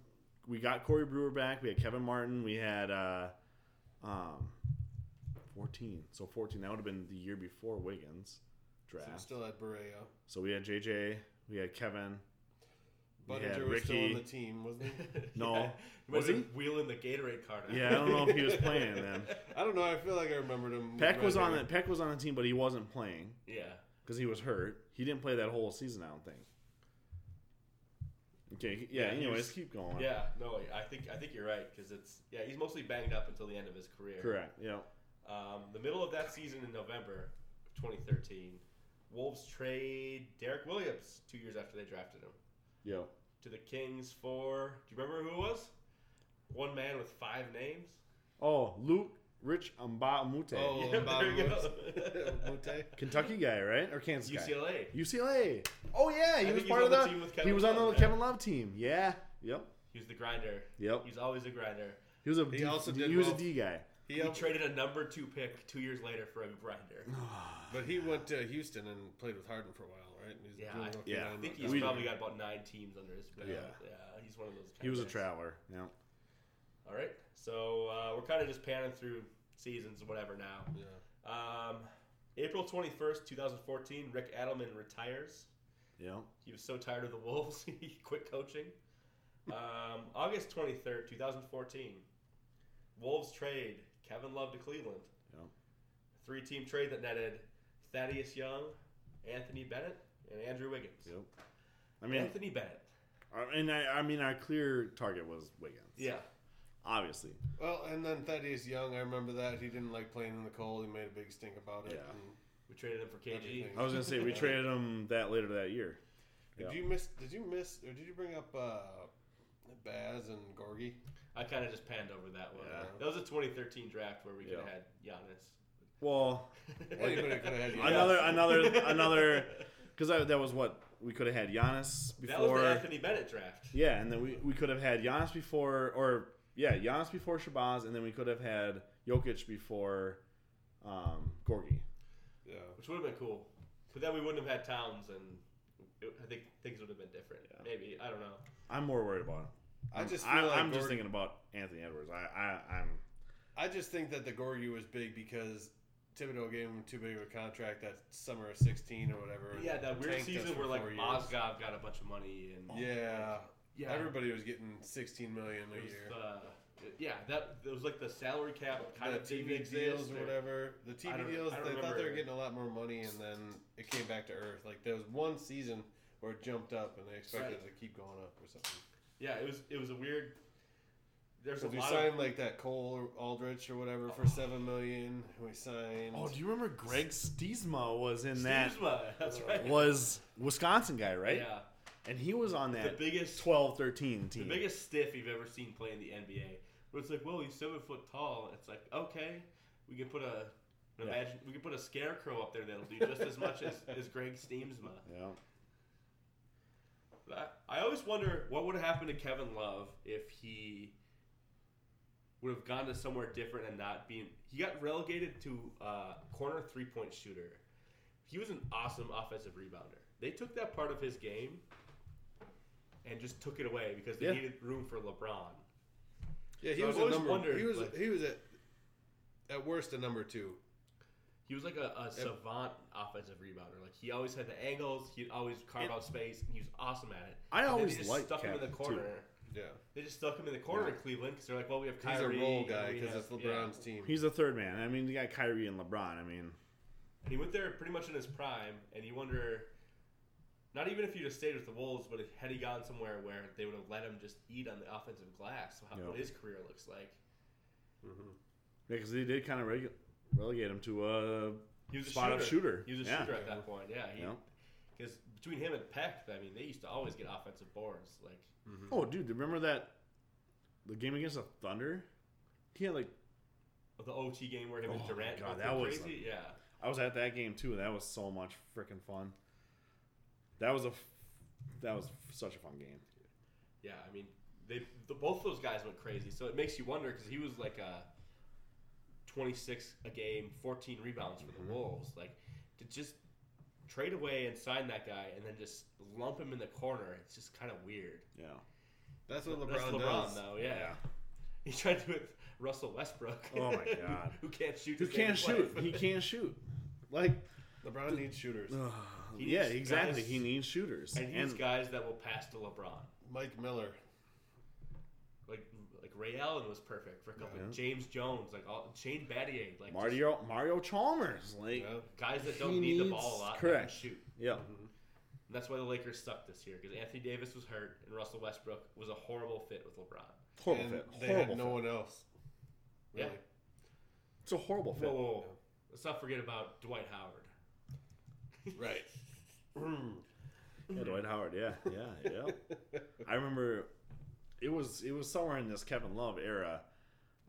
Speaker 3: We got Corey Brewer back. We had Kevin Martin. We had uh, um, fourteen. So fourteen. That would have been the year before Wiggins
Speaker 2: So
Speaker 3: draft.
Speaker 2: still at Borrego.
Speaker 3: So we had JJ. We had Kevin.
Speaker 2: Buttinger
Speaker 3: had
Speaker 2: was still
Speaker 3: Ricky.
Speaker 2: on the team, wasn't he?
Speaker 3: No.
Speaker 1: Yeah. He might
Speaker 3: Was
Speaker 1: have been wheeling the Gatorade cart. out.
Speaker 3: Yeah, I don't know if he was playing then.
Speaker 2: I don't know. I feel like I remembered him.
Speaker 3: Peck was on
Speaker 2: running.
Speaker 3: the Peck was on the team, but he wasn't playing
Speaker 1: yeah.
Speaker 3: because he was hurt. He didn't play that whole season. I don't think. Okay. Yeah.
Speaker 1: Yeah, he
Speaker 3: anyways,
Speaker 1: was-
Speaker 3: keep going.
Speaker 1: Yeah, no, I think I think you're right because it's yeah he's mostly banged up until the end of his career.
Speaker 3: Correct. Yeah.
Speaker 1: Um, the middle of that season in November, 2013, Wolves trade Derek Williams two years after they drafted him
Speaker 3: Yeah.
Speaker 1: to the Kings for do you remember who it was? One man with five names.
Speaker 3: Oh, Luke Rich Mbamute.
Speaker 2: Oh,
Speaker 1: Yeah, there you go.
Speaker 2: Mute.
Speaker 3: Kentucky guy, right? Or Kansas guy?
Speaker 1: UCLA.
Speaker 3: UCLA. Oh yeah, he
Speaker 1: I
Speaker 3: was
Speaker 1: think
Speaker 3: part of
Speaker 1: he's on
Speaker 3: the.
Speaker 1: the team with
Speaker 3: he
Speaker 1: Kevin
Speaker 3: was on the
Speaker 1: Love, yeah.
Speaker 3: Kevin Love team. Yeah. Yep.
Speaker 1: He was the grinder.
Speaker 3: Yep.
Speaker 1: He's always a grinder.
Speaker 3: He was a.
Speaker 2: He
Speaker 3: D-
Speaker 2: also
Speaker 3: he
Speaker 2: did
Speaker 3: was
Speaker 2: well.
Speaker 3: a D guy.
Speaker 2: He
Speaker 1: He
Speaker 2: helped,
Speaker 1: traded a number two pick two years later for a grinder.
Speaker 2: but he went to Houston and played with Harden for a while, right? And he's
Speaker 1: Yeah,
Speaker 2: doing
Speaker 1: I-
Speaker 2: well for
Speaker 3: yeah.
Speaker 1: I
Speaker 2: them.
Speaker 1: think he's
Speaker 3: We-
Speaker 1: probably got about nine teams under his belt. Yeah,
Speaker 3: Yeah.
Speaker 1: he's one of those. Kind
Speaker 3: He was a
Speaker 1: guys.
Speaker 3: traveler. Yeah.
Speaker 1: All right, so uh, we're kind of just panning through seasons, whatever. Now,
Speaker 2: Yeah.
Speaker 1: um, April twenty first, two thousand fourteen, Rick Adelman retires.
Speaker 3: Yeah.
Speaker 1: He was so tired of the Wolves, he quit coaching. Um, August 23rd, 2014, Wolves trade Kevin Love to Cleveland.
Speaker 3: Yep.
Speaker 1: Three team trade that netted Thaddeus Young, Anthony Bennett, and Andrew Wiggins.
Speaker 3: Yep. I mean,
Speaker 1: Anthony Bennett.
Speaker 3: our- and I, I mean, our clear target was Wiggins.
Speaker 1: Yeah.
Speaker 3: Obviously.
Speaker 2: Well, and then Thaddeus Young, I remember that he didn't like playing in the cold. He made a big stink about it.
Speaker 3: Yeah.
Speaker 2: And
Speaker 1: We traded him for KG.
Speaker 2: Everything.
Speaker 3: I was gonna say we traded him that later that year.
Speaker 2: Did
Speaker 3: Yeah.
Speaker 2: you miss? Did you miss? Or did you bring up uh, Baz and Gorgie?
Speaker 1: I kind of just panned over that one.
Speaker 3: Yeah.
Speaker 1: That was a 2013 draft where we could have
Speaker 3: Yeah.
Speaker 1: had
Speaker 3: Well,
Speaker 1: Giannis.
Speaker 2: Anybody could have had Giannis.
Speaker 3: another, another, another, because that was what we could have had Giannis
Speaker 1: that was
Speaker 3: before.
Speaker 1: the Anthony Bennett draft.
Speaker 3: Yeah, and then we, we could have had Giannis before, or yeah, Giannis before Shabazz, and then we could have had Jokic before um, Gorgie.
Speaker 2: Yeah.
Speaker 1: which would have been cool. But then we wouldn't have had Towns, and it, I think things would have been different.
Speaker 3: Yeah.
Speaker 1: Maybe I don't know.
Speaker 3: I'm more worried about him.
Speaker 2: I just feel
Speaker 3: I,
Speaker 2: like
Speaker 3: I'm just
Speaker 2: Gorg-
Speaker 3: thinking about Anthony Edwards. I, I I'm
Speaker 2: I just think that the Gorgie was big because Thibodeau gave him too big of a contract that summer of sixteen or whatever. and
Speaker 1: Yeah, that weird
Speaker 2: tanked us
Speaker 1: season
Speaker 2: for
Speaker 1: where like
Speaker 2: four years.
Speaker 1: Mozgov got a bunch of money and
Speaker 2: Yeah.
Speaker 1: yeah,
Speaker 2: Everybody was getting sixteen million
Speaker 1: it
Speaker 2: a
Speaker 1: was,
Speaker 2: year.
Speaker 1: uh, yeah, that it was like the salary cap kind
Speaker 2: the
Speaker 1: of thing
Speaker 2: TV deals
Speaker 1: exists,
Speaker 2: or whatever. The
Speaker 1: I
Speaker 2: TV
Speaker 1: don't-
Speaker 2: deals,
Speaker 1: I
Speaker 2: they
Speaker 1: don't
Speaker 2: thought they were
Speaker 1: remember.
Speaker 2: getting a lot more money, and then it came back to earth. Like there was one season where it jumped up, and they expected
Speaker 1: Right.
Speaker 2: it to keep going up or something.
Speaker 1: Yeah, it was it was a weird. There's a
Speaker 2: Because we
Speaker 1: lot
Speaker 2: signed
Speaker 1: of
Speaker 2: like that Cole Aldrich or whatever for seven million. We signed.
Speaker 3: oh, do you remember Greg Stiesma was in that
Speaker 1: Kuzma,
Speaker 2: uh,
Speaker 1: That's right.
Speaker 3: was Wisconsin guy, right?
Speaker 1: Yeah,
Speaker 3: And he was on
Speaker 1: the
Speaker 3: that
Speaker 1: biggest
Speaker 3: 12-13
Speaker 1: the
Speaker 3: team.
Speaker 1: biggest stiff you've ever seen play in the NBA. But it's like, well, he's seven foot tall. It's like, okay, we can put a
Speaker 3: Yeah.
Speaker 1: an imagine we can put a scarecrow up there that'll do just as much as, as Greg Steemsma.
Speaker 3: yeah.
Speaker 1: But I, I always wonder what would have happened to Kevin Love if he would have gone to somewhere different and not been. He got relegated to uh, corner three point shooter. He was an awesome offensive rebounder. They took that part of his game and just took it away because they
Speaker 3: Yeah.
Speaker 1: needed room for LeBron.
Speaker 2: Yeah, he
Speaker 1: So I've
Speaker 2: was a
Speaker 1: always
Speaker 2: number.
Speaker 1: wondered,
Speaker 2: he was
Speaker 1: like-
Speaker 2: he was at at worst a number two.
Speaker 1: He was like a, a savant offensive rebounder. Like he always had the angles. He'd always carve
Speaker 3: And-
Speaker 1: out space. And he was awesome at it.
Speaker 3: I
Speaker 1: And then they
Speaker 3: always
Speaker 1: just
Speaker 3: liked
Speaker 1: stuck him in
Speaker 3: Kevin,
Speaker 1: the
Speaker 3: too.
Speaker 1: corner.
Speaker 2: Yeah,
Speaker 1: They just stuck him in the corner in Cleveland because they're like, well, we have Kyrie.
Speaker 2: he's a role
Speaker 1: and
Speaker 2: guy
Speaker 1: we
Speaker 2: because
Speaker 1: have-
Speaker 2: it's
Speaker 1: yeah.
Speaker 2: LeBron's team.
Speaker 3: He's the third man. I mean, you got Kyrie and LeBron. I mean,
Speaker 1: And he went there pretty much in his prime, and you wonder, not even if he'd have stayed with the Wolves, but had he gone somewhere where they would have let him just eat on the offensive glass, how,
Speaker 3: Yeah.
Speaker 1: what his career looks like.
Speaker 2: Mm-hmm.
Speaker 3: because they did kind of rele- relegate him to a
Speaker 1: He was a
Speaker 3: spot
Speaker 1: shooter.
Speaker 3: up shooter.
Speaker 1: He was a
Speaker 3: yeah.
Speaker 1: shooter at that point, yeah.
Speaker 3: Yeah.
Speaker 1: Because between him and Peck, I mean, they used to always get offensive boards. Like,
Speaker 2: Mm-hmm.
Speaker 3: Oh, dude, remember that the game against the Thunder? He had like
Speaker 1: the OT game where him and
Speaker 3: Oh my
Speaker 1: Durant
Speaker 3: God,
Speaker 1: both
Speaker 3: that
Speaker 1: went
Speaker 3: was
Speaker 1: crazy. yeah.
Speaker 3: I was at that game too. and That was so much freaking fun. That was a f- that was such a fun game.
Speaker 1: Yeah, I mean, they the, both those guys went crazy. So it makes you wonder because he was like a 26 a game, 14 rebounds for
Speaker 3: Mm-hmm.
Speaker 1: the Wolves. Like to just trade away and sign that guy and then just lump him in the corner. It's just kind of weird.
Speaker 3: Yeah.
Speaker 2: that's what LeBron,
Speaker 1: That's LeBron
Speaker 2: does.
Speaker 1: though. Oh, Yeah. he tried to do it with Russell Westbrook.
Speaker 3: Oh my God.
Speaker 1: who can't shoot?
Speaker 3: Who
Speaker 1: to save
Speaker 3: can't
Speaker 1: his
Speaker 3: shoot?
Speaker 1: life.
Speaker 3: He can't shoot. Like
Speaker 2: LeBron needs shooters.
Speaker 3: ugh,
Speaker 1: He
Speaker 3: yeah,
Speaker 1: needs
Speaker 3: exactly.
Speaker 1: guys-
Speaker 3: He needs shooters.
Speaker 1: and he's guys that will pass to LeBron.
Speaker 2: Mike Miller.
Speaker 1: Like like Ray Allen was perfect for a couple.
Speaker 3: Yeah.
Speaker 1: James Jones, like all Shane Battier, like just-
Speaker 3: Mario Mario Chalmers. Like
Speaker 2: Yeah. Mm-hmm.
Speaker 1: guys that
Speaker 3: He
Speaker 1: don't need the
Speaker 3: needs-
Speaker 1: ball a lot
Speaker 3: correct.
Speaker 1: that can shoot.
Speaker 3: yeah.
Speaker 1: And that's why the Lakers sucked this year because Anthony Davis was hurt and Russell Westbrook was a horrible fit with LeBron.
Speaker 3: Horrible
Speaker 2: and
Speaker 3: fit.
Speaker 2: they
Speaker 3: horrible
Speaker 2: had no
Speaker 3: fit.
Speaker 2: one else. Really.
Speaker 3: It's a horrible
Speaker 1: Whoa,
Speaker 3: fit.
Speaker 1: whoa, whoa. Let's not forget about Dwight Howard.
Speaker 2: Right.
Speaker 3: Yeah, Dwight Howard. Yeah, yeah, yeah. I remember it was it was somewhere in this Kevin Love era.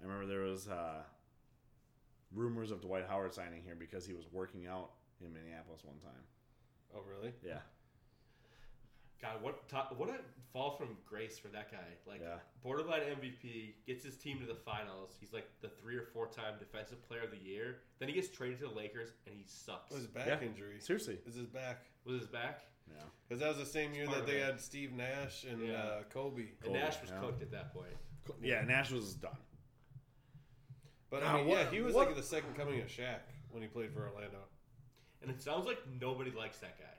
Speaker 3: I remember there was uh, rumors of Dwight Howard signing here because he was working out in Minneapolis one time.
Speaker 2: oh really?
Speaker 3: Yeah,
Speaker 1: God, what top, what a fall from grace for that guy. Like
Speaker 3: Yeah.
Speaker 1: borderline MVP, gets his team to the finals. He's like the three or four time defensive player of the year. Then he gets traded to the Lakers and he sucks.
Speaker 2: It was a back
Speaker 3: Yeah.
Speaker 2: injury.
Speaker 3: seriously.
Speaker 2: It's his back.
Speaker 1: Was his back?
Speaker 3: Yeah,
Speaker 2: Because that was the same year
Speaker 1: part
Speaker 2: that
Speaker 1: of
Speaker 2: they
Speaker 1: it.
Speaker 2: had Steve Nash and
Speaker 1: Yeah.
Speaker 2: uh, Kobe.
Speaker 1: And
Speaker 3: Kobe,
Speaker 1: Nash was
Speaker 3: yeah.
Speaker 1: cooked at that point.
Speaker 3: yeah. Nash was done.
Speaker 2: But
Speaker 3: God,
Speaker 2: I mean,
Speaker 3: what-
Speaker 2: yeah, he was
Speaker 3: what-
Speaker 2: like the second coming of Shaq when he played for Orlando.
Speaker 1: And it sounds like nobody likes that guy.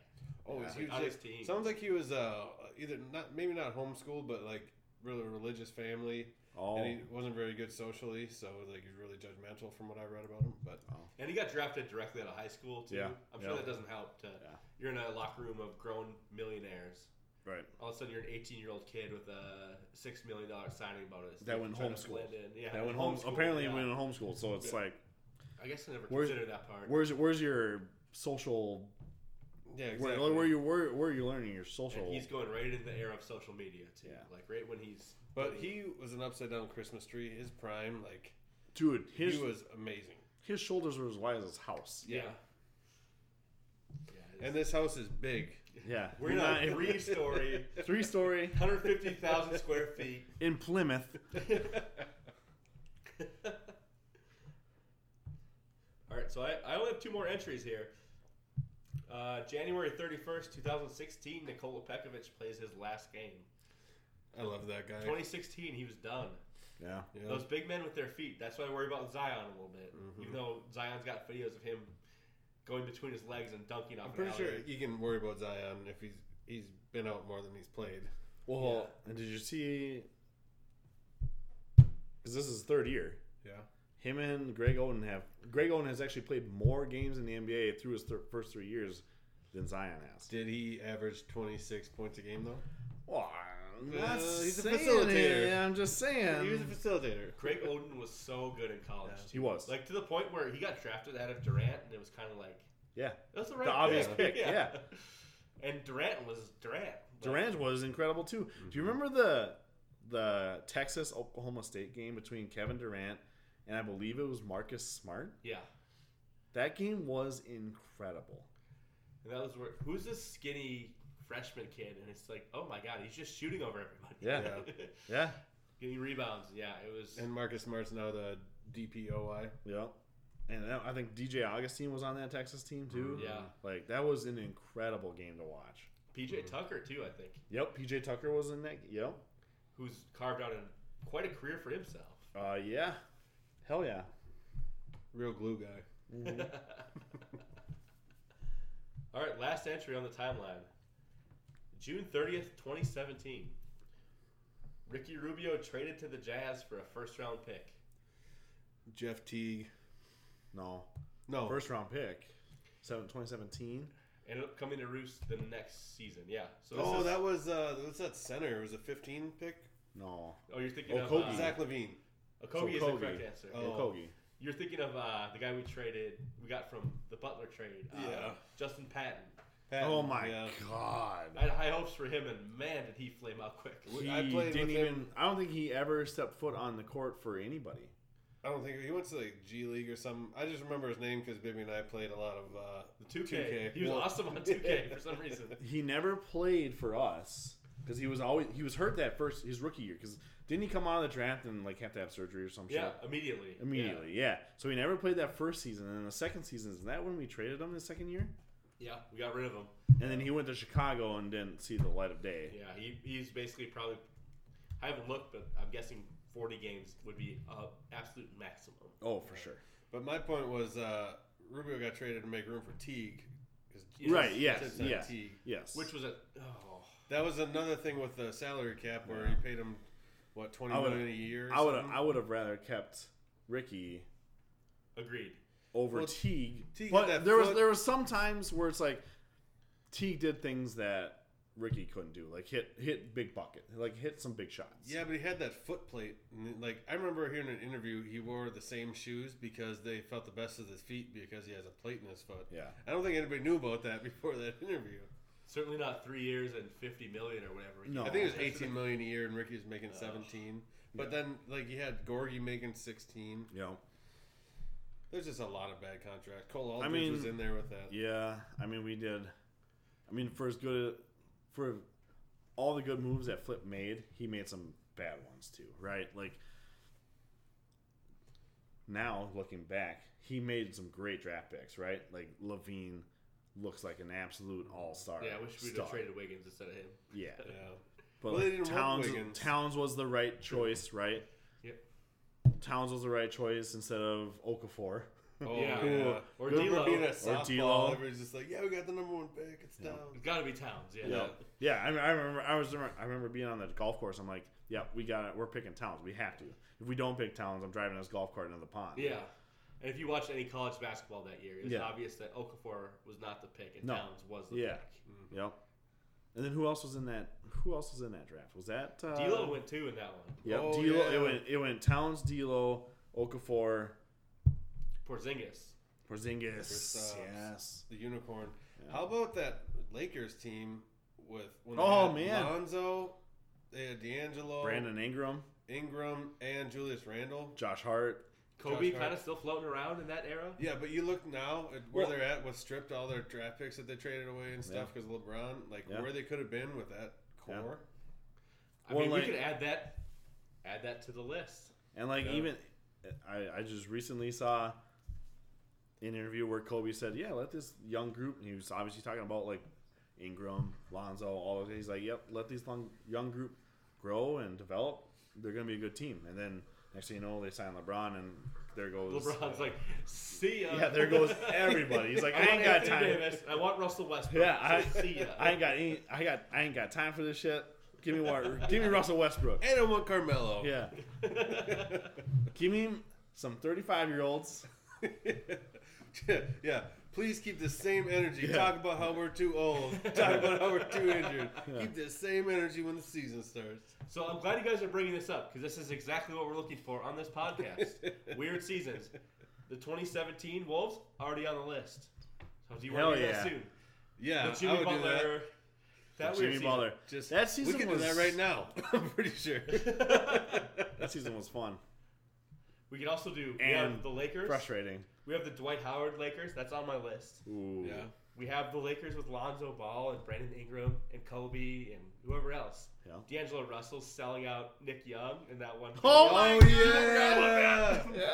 Speaker 2: Oh, he's
Speaker 1: Yeah.
Speaker 2: huge.
Speaker 1: On his
Speaker 2: Like,
Speaker 1: team.
Speaker 2: Sounds like he was uh, either not maybe not homeschooled, but like really religious family,
Speaker 3: Oh,
Speaker 2: and he wasn't very good socially. So like he's really judgmental from what I read about him. But
Speaker 1: And he got drafted directly out of high school too.
Speaker 3: Yeah.
Speaker 1: I'm sure
Speaker 3: Yeah.
Speaker 1: that doesn't help. To
Speaker 3: Yeah.
Speaker 1: you're in a locker room of grown millionaires.
Speaker 3: right.
Speaker 1: All of a sudden, you're an 18 year old kid with a six million dollar signing bonus.
Speaker 3: That went
Speaker 1: Trying to
Speaker 3: homeschooled.
Speaker 1: blend in. Yeah,
Speaker 3: That went home.
Speaker 1: homeschooled,
Speaker 3: Apparently,
Speaker 1: yeah.
Speaker 3: we went homeschool, so it's
Speaker 1: Yeah.
Speaker 3: like,
Speaker 1: I guess I never
Speaker 3: Where's-
Speaker 1: considered that part.
Speaker 3: where's where's your social?
Speaker 2: yeah, exactly.
Speaker 3: Where, where you where, where are you learning your social?
Speaker 1: And he's going right into the era of social media too.
Speaker 3: Yeah.
Speaker 1: Like right when he's.
Speaker 2: but he was an upside down Christmas tree. His prime, like
Speaker 3: Dude, his
Speaker 2: he was amazing.
Speaker 3: his shoulders were as wide as his house.
Speaker 1: Yeah.
Speaker 2: Yeah.
Speaker 1: Yeah.
Speaker 2: And this house is big.
Speaker 3: Yeah,
Speaker 1: we're in a three story,
Speaker 3: three story
Speaker 1: 150,000 square feet.
Speaker 3: in Plymouth.
Speaker 1: All right, so I, I only have two more entries here. Uh, January 31st, 2016, Nikola Pekovic plays his last game.
Speaker 2: I love that guy.
Speaker 1: 2016, he was done.
Speaker 3: Yeah.
Speaker 2: Yeah. Mm-hmm.
Speaker 1: Those big men with their feet. That's why I worry about Zion a little bit. Even though Zion's got videos of him going between his legs and dunking off
Speaker 2: I'm
Speaker 1: an
Speaker 2: pretty sure
Speaker 1: alley.
Speaker 2: you can worry about Zion if he's he's been out more than he's played.
Speaker 3: Well, and did you see? Because this is his third year.
Speaker 2: Yeah.
Speaker 3: Him and Greg Oden have. Greg Oden has actually played more games in the NBA through his thir- first three years than Zion has.
Speaker 2: Did he average 26 points a game though?
Speaker 3: Well, I'm not
Speaker 2: Uh, he's a
Speaker 3: saying
Speaker 2: facilitator.
Speaker 3: it, I'm just saying.
Speaker 2: He was a facilitator.
Speaker 1: Greg Oden was so good in college.
Speaker 2: Yeah.
Speaker 1: too.
Speaker 3: He was.
Speaker 1: Like to the point where he got drafted ahead of Durant, and it was kind of like
Speaker 3: yeah.
Speaker 1: that's the right
Speaker 3: The obvious pick,
Speaker 1: And Durant was Durant. Like,
Speaker 3: Durant was incredible too.
Speaker 2: Mm-hmm.
Speaker 3: Do you remember the the Texas Oklahoma State game between Kevin Durant and I believe it was Marcus Smart?
Speaker 1: Yeah.
Speaker 3: That game was incredible.
Speaker 1: And that was where who's this skinny freshman kid? And it's like, oh my god, he's just shooting over everybody.
Speaker 3: Yeah.
Speaker 1: Yeah.
Speaker 3: Yeah.
Speaker 1: Getting rebounds. Yeah, it was.
Speaker 2: And Marcus Smart's now the DPOI.
Speaker 3: Yeah. And that-
Speaker 2: Mm-hmm.
Speaker 3: I think DJ Augustine was on that Texas team too.
Speaker 1: Yeah.
Speaker 3: Like that was an incredible game to watch.
Speaker 1: PJ
Speaker 2: Mm-hmm.
Speaker 1: Tucker too, I think,
Speaker 3: Yep, PJ Tucker was in that. Yep.
Speaker 1: who's carved out a, quite a career for himself.
Speaker 3: Uh, yeah. Hell yeah.
Speaker 2: Real glue guy. Mm-hmm.
Speaker 1: All right, last entry on the timeline. June 30th, 2017. Ricky Rubio traded to the Jazz for a first round pick.
Speaker 2: Jeff Teague.
Speaker 3: No.
Speaker 2: No.
Speaker 3: First round pick. Seven, 2017.
Speaker 1: Ended up coming to roost the next season. Yeah. So this
Speaker 2: oh,
Speaker 1: is-
Speaker 2: that was uh, what's that center? It was a 15 pick.
Speaker 3: No.
Speaker 1: Oh, you're thinking of
Speaker 3: Okogie.
Speaker 1: uh,
Speaker 2: Zach Levine.
Speaker 1: Okogie is the
Speaker 3: Okogie.
Speaker 1: correct answer.
Speaker 2: Oh.
Speaker 3: Okogie.
Speaker 1: You're thinking of uh, the guy we traded, we got from the Butler trade. Uh,
Speaker 2: Yeah.
Speaker 1: Justin Patton.
Speaker 2: Patton,
Speaker 3: oh my
Speaker 2: yeah.
Speaker 1: I
Speaker 3: god.
Speaker 1: had high hopes for him, and man, did he flame out quick.
Speaker 3: He
Speaker 2: I played
Speaker 3: didn't
Speaker 2: with
Speaker 3: even.
Speaker 2: him-
Speaker 3: I don't think he ever stepped foot on the court for anybody.
Speaker 2: I don't think he went to like G League or something. I just remember his name because Bibby and I played a lot of uh,
Speaker 1: The 2K.
Speaker 2: 2K.
Speaker 1: He was
Speaker 2: Well-
Speaker 1: awesome on 2K for some reason.
Speaker 3: He never played for us because he was always he was hurt that first his rookie year. Because didn't he come out of the draft and like have to have surgery or some
Speaker 1: Yeah,
Speaker 3: shit?
Speaker 1: immediately.
Speaker 3: Immediately, yeah. So he never played that first season, and then the second season is that when we traded him the second year,
Speaker 1: Yeah, Yeah, we got rid of him.
Speaker 3: and then he went to Chicago and didn't see the light of day.
Speaker 1: Yeah, he, he's basically probably. I haven't looked, but I'm guessing 40 games would be uh, absolute maximum.
Speaker 3: Oh, for sure.
Speaker 2: But my point was uh, Rubio got traded to make room for Teague. 'cause
Speaker 1: Yes.
Speaker 3: right? Yes.
Speaker 2: Since that
Speaker 3: Yes.
Speaker 2: Teague.
Speaker 3: Yes.
Speaker 1: Which was a. Oh,
Speaker 2: That was another thing with the salary cap where
Speaker 3: Yeah.
Speaker 2: he paid him what twenty
Speaker 3: I would've-
Speaker 2: million a year. or
Speaker 3: I would
Speaker 2: something?
Speaker 3: I would have rather kept Ricky
Speaker 1: agreed.
Speaker 3: over
Speaker 2: Well,
Speaker 3: Teague.
Speaker 2: Teague
Speaker 3: but
Speaker 2: had that
Speaker 3: there was
Speaker 2: foot-
Speaker 3: there was some times where it's like Teague did things that Ricky couldn't do, like hit hit big bucket, like hit some big shots.
Speaker 2: Yeah, but he had that foot plate. and, Like I remember hearing an interview, he wore the same shoes because they felt the best of his feet because he has a plate in his foot.
Speaker 3: Yeah.
Speaker 2: I don't think anybody knew about that before that interview.
Speaker 1: Certainly not three years and 50 million or whatever.
Speaker 3: No.
Speaker 2: I think it was eighteen million a year, and Ricky was
Speaker 3: Oh.
Speaker 2: making seventeen. But then, like, you had Gorgie making sixteen.
Speaker 3: You know.
Speaker 2: There's just a lot of bad contracts. Cole Aldridge
Speaker 3: I mean-
Speaker 2: was in there with that.
Speaker 3: Yeah. I mean, we did. I mean, for as good for all the good moves that Flip made, he made some bad ones too, right? Like now looking back, he made some great draft picks, right? Like Levine looks like an absolute all star.
Speaker 1: Yeah, I wish we'd have traded Wiggins instead of him.
Speaker 3: Yeah.
Speaker 2: Yeah.
Speaker 3: But
Speaker 2: Well, they
Speaker 3: like,
Speaker 2: didn't want
Speaker 3: Towns,
Speaker 2: Wiggins.
Speaker 3: Towns was the right choice, right?
Speaker 1: Yep.
Speaker 3: Towns was the right choice instead of Okafor.
Speaker 2: Oh,
Speaker 1: Yeah.
Speaker 2: yeah.
Speaker 1: Or
Speaker 3: Good for
Speaker 2: Remember
Speaker 1: D'Lo.
Speaker 2: being a
Speaker 1: It's
Speaker 2: softball,
Speaker 3: D'Lo.
Speaker 2: everybody's just like, yeah, we got the number one pick. It's down.
Speaker 1: got to be Towns. Yeah.
Speaker 2: Yeah.
Speaker 3: Yeah, I, I remember. I was. I remember being on the golf course. I'm like, yeah, we got it. We're picking Towns. We have to. If we don't pick Towns, I'm driving this golf cart into the pond.
Speaker 1: Yeah. And if you watched any college basketball that year, it was
Speaker 3: Yeah.
Speaker 1: obvious that Okafor was not the pick and
Speaker 3: No.
Speaker 1: Towns was the
Speaker 3: Yeah.
Speaker 1: pick.
Speaker 3: Yep. And then who else was in that? Who else was in that draft? Was that? Uh,
Speaker 1: D'Lo went two in that one.
Speaker 3: Yep.
Speaker 2: Oh,
Speaker 3: D'Lo.
Speaker 2: yeah.
Speaker 3: It went. It went Towns, D'Lo, Okafor,
Speaker 1: Porzingis.
Speaker 3: Porzingis.
Speaker 2: Kristaps.
Speaker 3: Yes.
Speaker 2: The unicorn.
Speaker 3: Yeah.
Speaker 2: How about that Lakers team with when
Speaker 3: Oh,
Speaker 2: had
Speaker 3: man.
Speaker 2: Lonzo, they had D'Angelo,
Speaker 3: Brandon Ingram,
Speaker 2: Ingram, and Julius Randle.
Speaker 3: Josh Hart.
Speaker 1: Kobe
Speaker 2: Hart.
Speaker 1: kind of still floating around in that era.
Speaker 2: Yeah, but you look now at where
Speaker 3: Well-
Speaker 2: they're at, what stripped all their draft picks that they traded away and stuff because LeBron, like
Speaker 3: Yeah.
Speaker 2: where they could have been with that
Speaker 3: Yeah.
Speaker 2: core.
Speaker 1: I
Speaker 3: Well,
Speaker 1: mean, we
Speaker 3: like-
Speaker 1: could add that, add that to the list.
Speaker 3: And like
Speaker 2: Yeah.
Speaker 3: even, I, I just recently saw an interview where Kobe said, "Yeah, let this young group." And he was obviously talking about like Ingram, Lonzo, all of it. He's like, "Yep, let these long, young group grow and develop. They're gonna be a good team." And then next thing you know, they sign LeBron, and there goes
Speaker 1: LeBron's like, see ya.
Speaker 3: Yeah, there goes everybody. He's like, I, ain't
Speaker 1: want
Speaker 3: got
Speaker 1: Anthony
Speaker 3: time.
Speaker 1: Davis. I want Russell Westbrook.
Speaker 3: Yeah, I,
Speaker 1: see ya.
Speaker 3: I ain't got any. I got. I ain't got time for this shit. Give me water. Give me Russell Westbrook.
Speaker 2: And I want Carmelo.
Speaker 3: Yeah, give me some thirty-five-year-olds.
Speaker 2: yeah. Please keep the same energy.
Speaker 3: Yeah.
Speaker 2: Talk about how we're too old. Talk about how we're too injured. Keep the same energy when the season starts.
Speaker 1: so I'm glad you guys are bringing this up because this is exactly what we're looking for on this podcast. Weird seasons. The 2017 Wolves already on the list. So do you
Speaker 3: Hell
Speaker 1: want to do
Speaker 3: yeah.
Speaker 1: that soon?
Speaker 2: Yeah,
Speaker 1: the
Speaker 2: I
Speaker 1: Jimmy
Speaker 2: would do that.
Speaker 1: Butler. That, weird
Speaker 3: Jimmy
Speaker 1: season.
Speaker 3: Butler.
Speaker 2: Just
Speaker 3: That
Speaker 2: we
Speaker 3: season
Speaker 2: can
Speaker 3: was
Speaker 2: do that right now. I'm pretty sure.
Speaker 3: That season was fun,
Speaker 1: we can also do. We
Speaker 3: And
Speaker 1: have the Lakers.
Speaker 3: frustrating.
Speaker 1: We have the Dwight Howard Lakers. That's on my list.
Speaker 3: Ooh,
Speaker 2: yeah.
Speaker 1: We have the Lakers with Lonzo Ball and Brandon Ingram and Kobe and whoever else.
Speaker 3: Yeah.
Speaker 1: D'Angelo Russell selling out Nick Young in that one.
Speaker 3: Oh,
Speaker 1: Young-
Speaker 3: my
Speaker 2: yeah.
Speaker 3: yeah.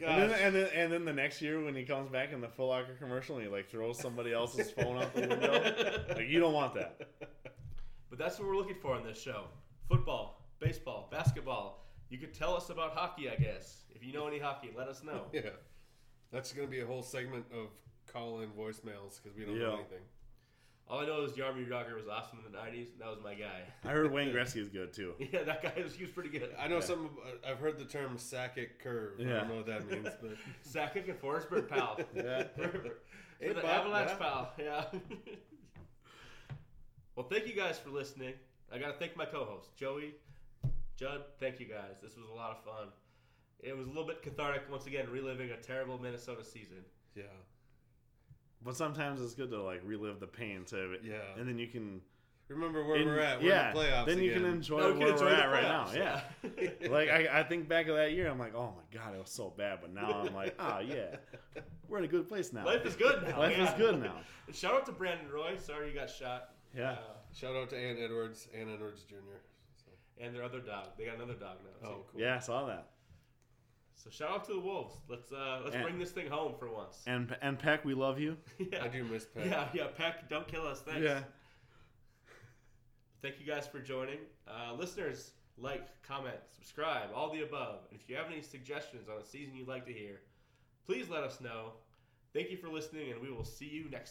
Speaker 2: Gosh.
Speaker 3: And then, and and then and then the next year when he comes back in the Foot Locker commercial and he like throws somebody else's phone out the window, like you don't want that.
Speaker 1: But that's what we're looking for on this show: football, baseball, basketball. You could tell us about hockey, I guess. If you know any hockey, let us know.
Speaker 2: Yeah. That's going to be a whole segment of call in voicemails because we don't
Speaker 3: Yeah.
Speaker 2: know anything.
Speaker 1: All I know is Yarmy Rocker was awesome in the '90s, and that was my guy.
Speaker 3: I heard Wayne Gretzky is good too.
Speaker 1: Yeah, that guy was he was pretty good.
Speaker 2: I know some. uh, I've heard the term sacket curve. I
Speaker 3: Yeah.
Speaker 2: don't know what that means, but
Speaker 1: Sakic and Forsberg pal.
Speaker 3: Yeah.
Speaker 1: For
Speaker 2: Hey,
Speaker 1: the
Speaker 2: Bob,
Speaker 1: Avalanche
Speaker 2: yeah.
Speaker 1: pal. Yeah. well, thank you guys for listening. I gotta thank my co-host Joey, Judd. Thank you guys. This was a lot of fun. It was a little bit cathartic once again, reliving a terrible Minnesota season.
Speaker 2: yeah,
Speaker 3: But sometimes it's good to like relive the pain to it.
Speaker 2: Yeah.
Speaker 3: And then you can
Speaker 2: remember where
Speaker 3: en-
Speaker 2: we're at. We're
Speaker 3: yeah.
Speaker 2: in the playoffs.
Speaker 3: then you
Speaker 2: again.
Speaker 3: can enjoy
Speaker 1: No, we can
Speaker 3: where
Speaker 1: enjoy
Speaker 3: we're
Speaker 1: the
Speaker 3: at right now.
Speaker 1: playoffs,
Speaker 3: Yeah. like I, I think back of that year, I'm like, oh my god, it was so bad. But now I'm like, ah, yeah, we're in a good place now.
Speaker 1: Life is good now.
Speaker 3: Life is
Speaker 1: yeah.
Speaker 3: good now.
Speaker 1: And Shout out to Brandon Roy. Sorry you got shot.
Speaker 3: Yeah.
Speaker 1: Uh,
Speaker 2: Shout out to Ann Edwards, Ann Edwards Jr. So,
Speaker 1: and their other dog. They got another dog now. too.
Speaker 2: oh, cool.
Speaker 3: Yeah, I saw that.
Speaker 1: So shout out to the Wolves. Let's uh, let's
Speaker 3: And-
Speaker 1: bring this thing home for once.
Speaker 3: And and Peck, we love you.
Speaker 1: yeah.
Speaker 2: I do miss Pat.
Speaker 1: Yeah, yeah, Peck, don't kill us. Thanks.
Speaker 3: Yeah.
Speaker 1: Thank you guys for joining. Uh, listeners, like, comment, subscribe, all the above. And if you have any suggestions on a season you'd like to hear, please let us know. Thank you for listening, and we will see you next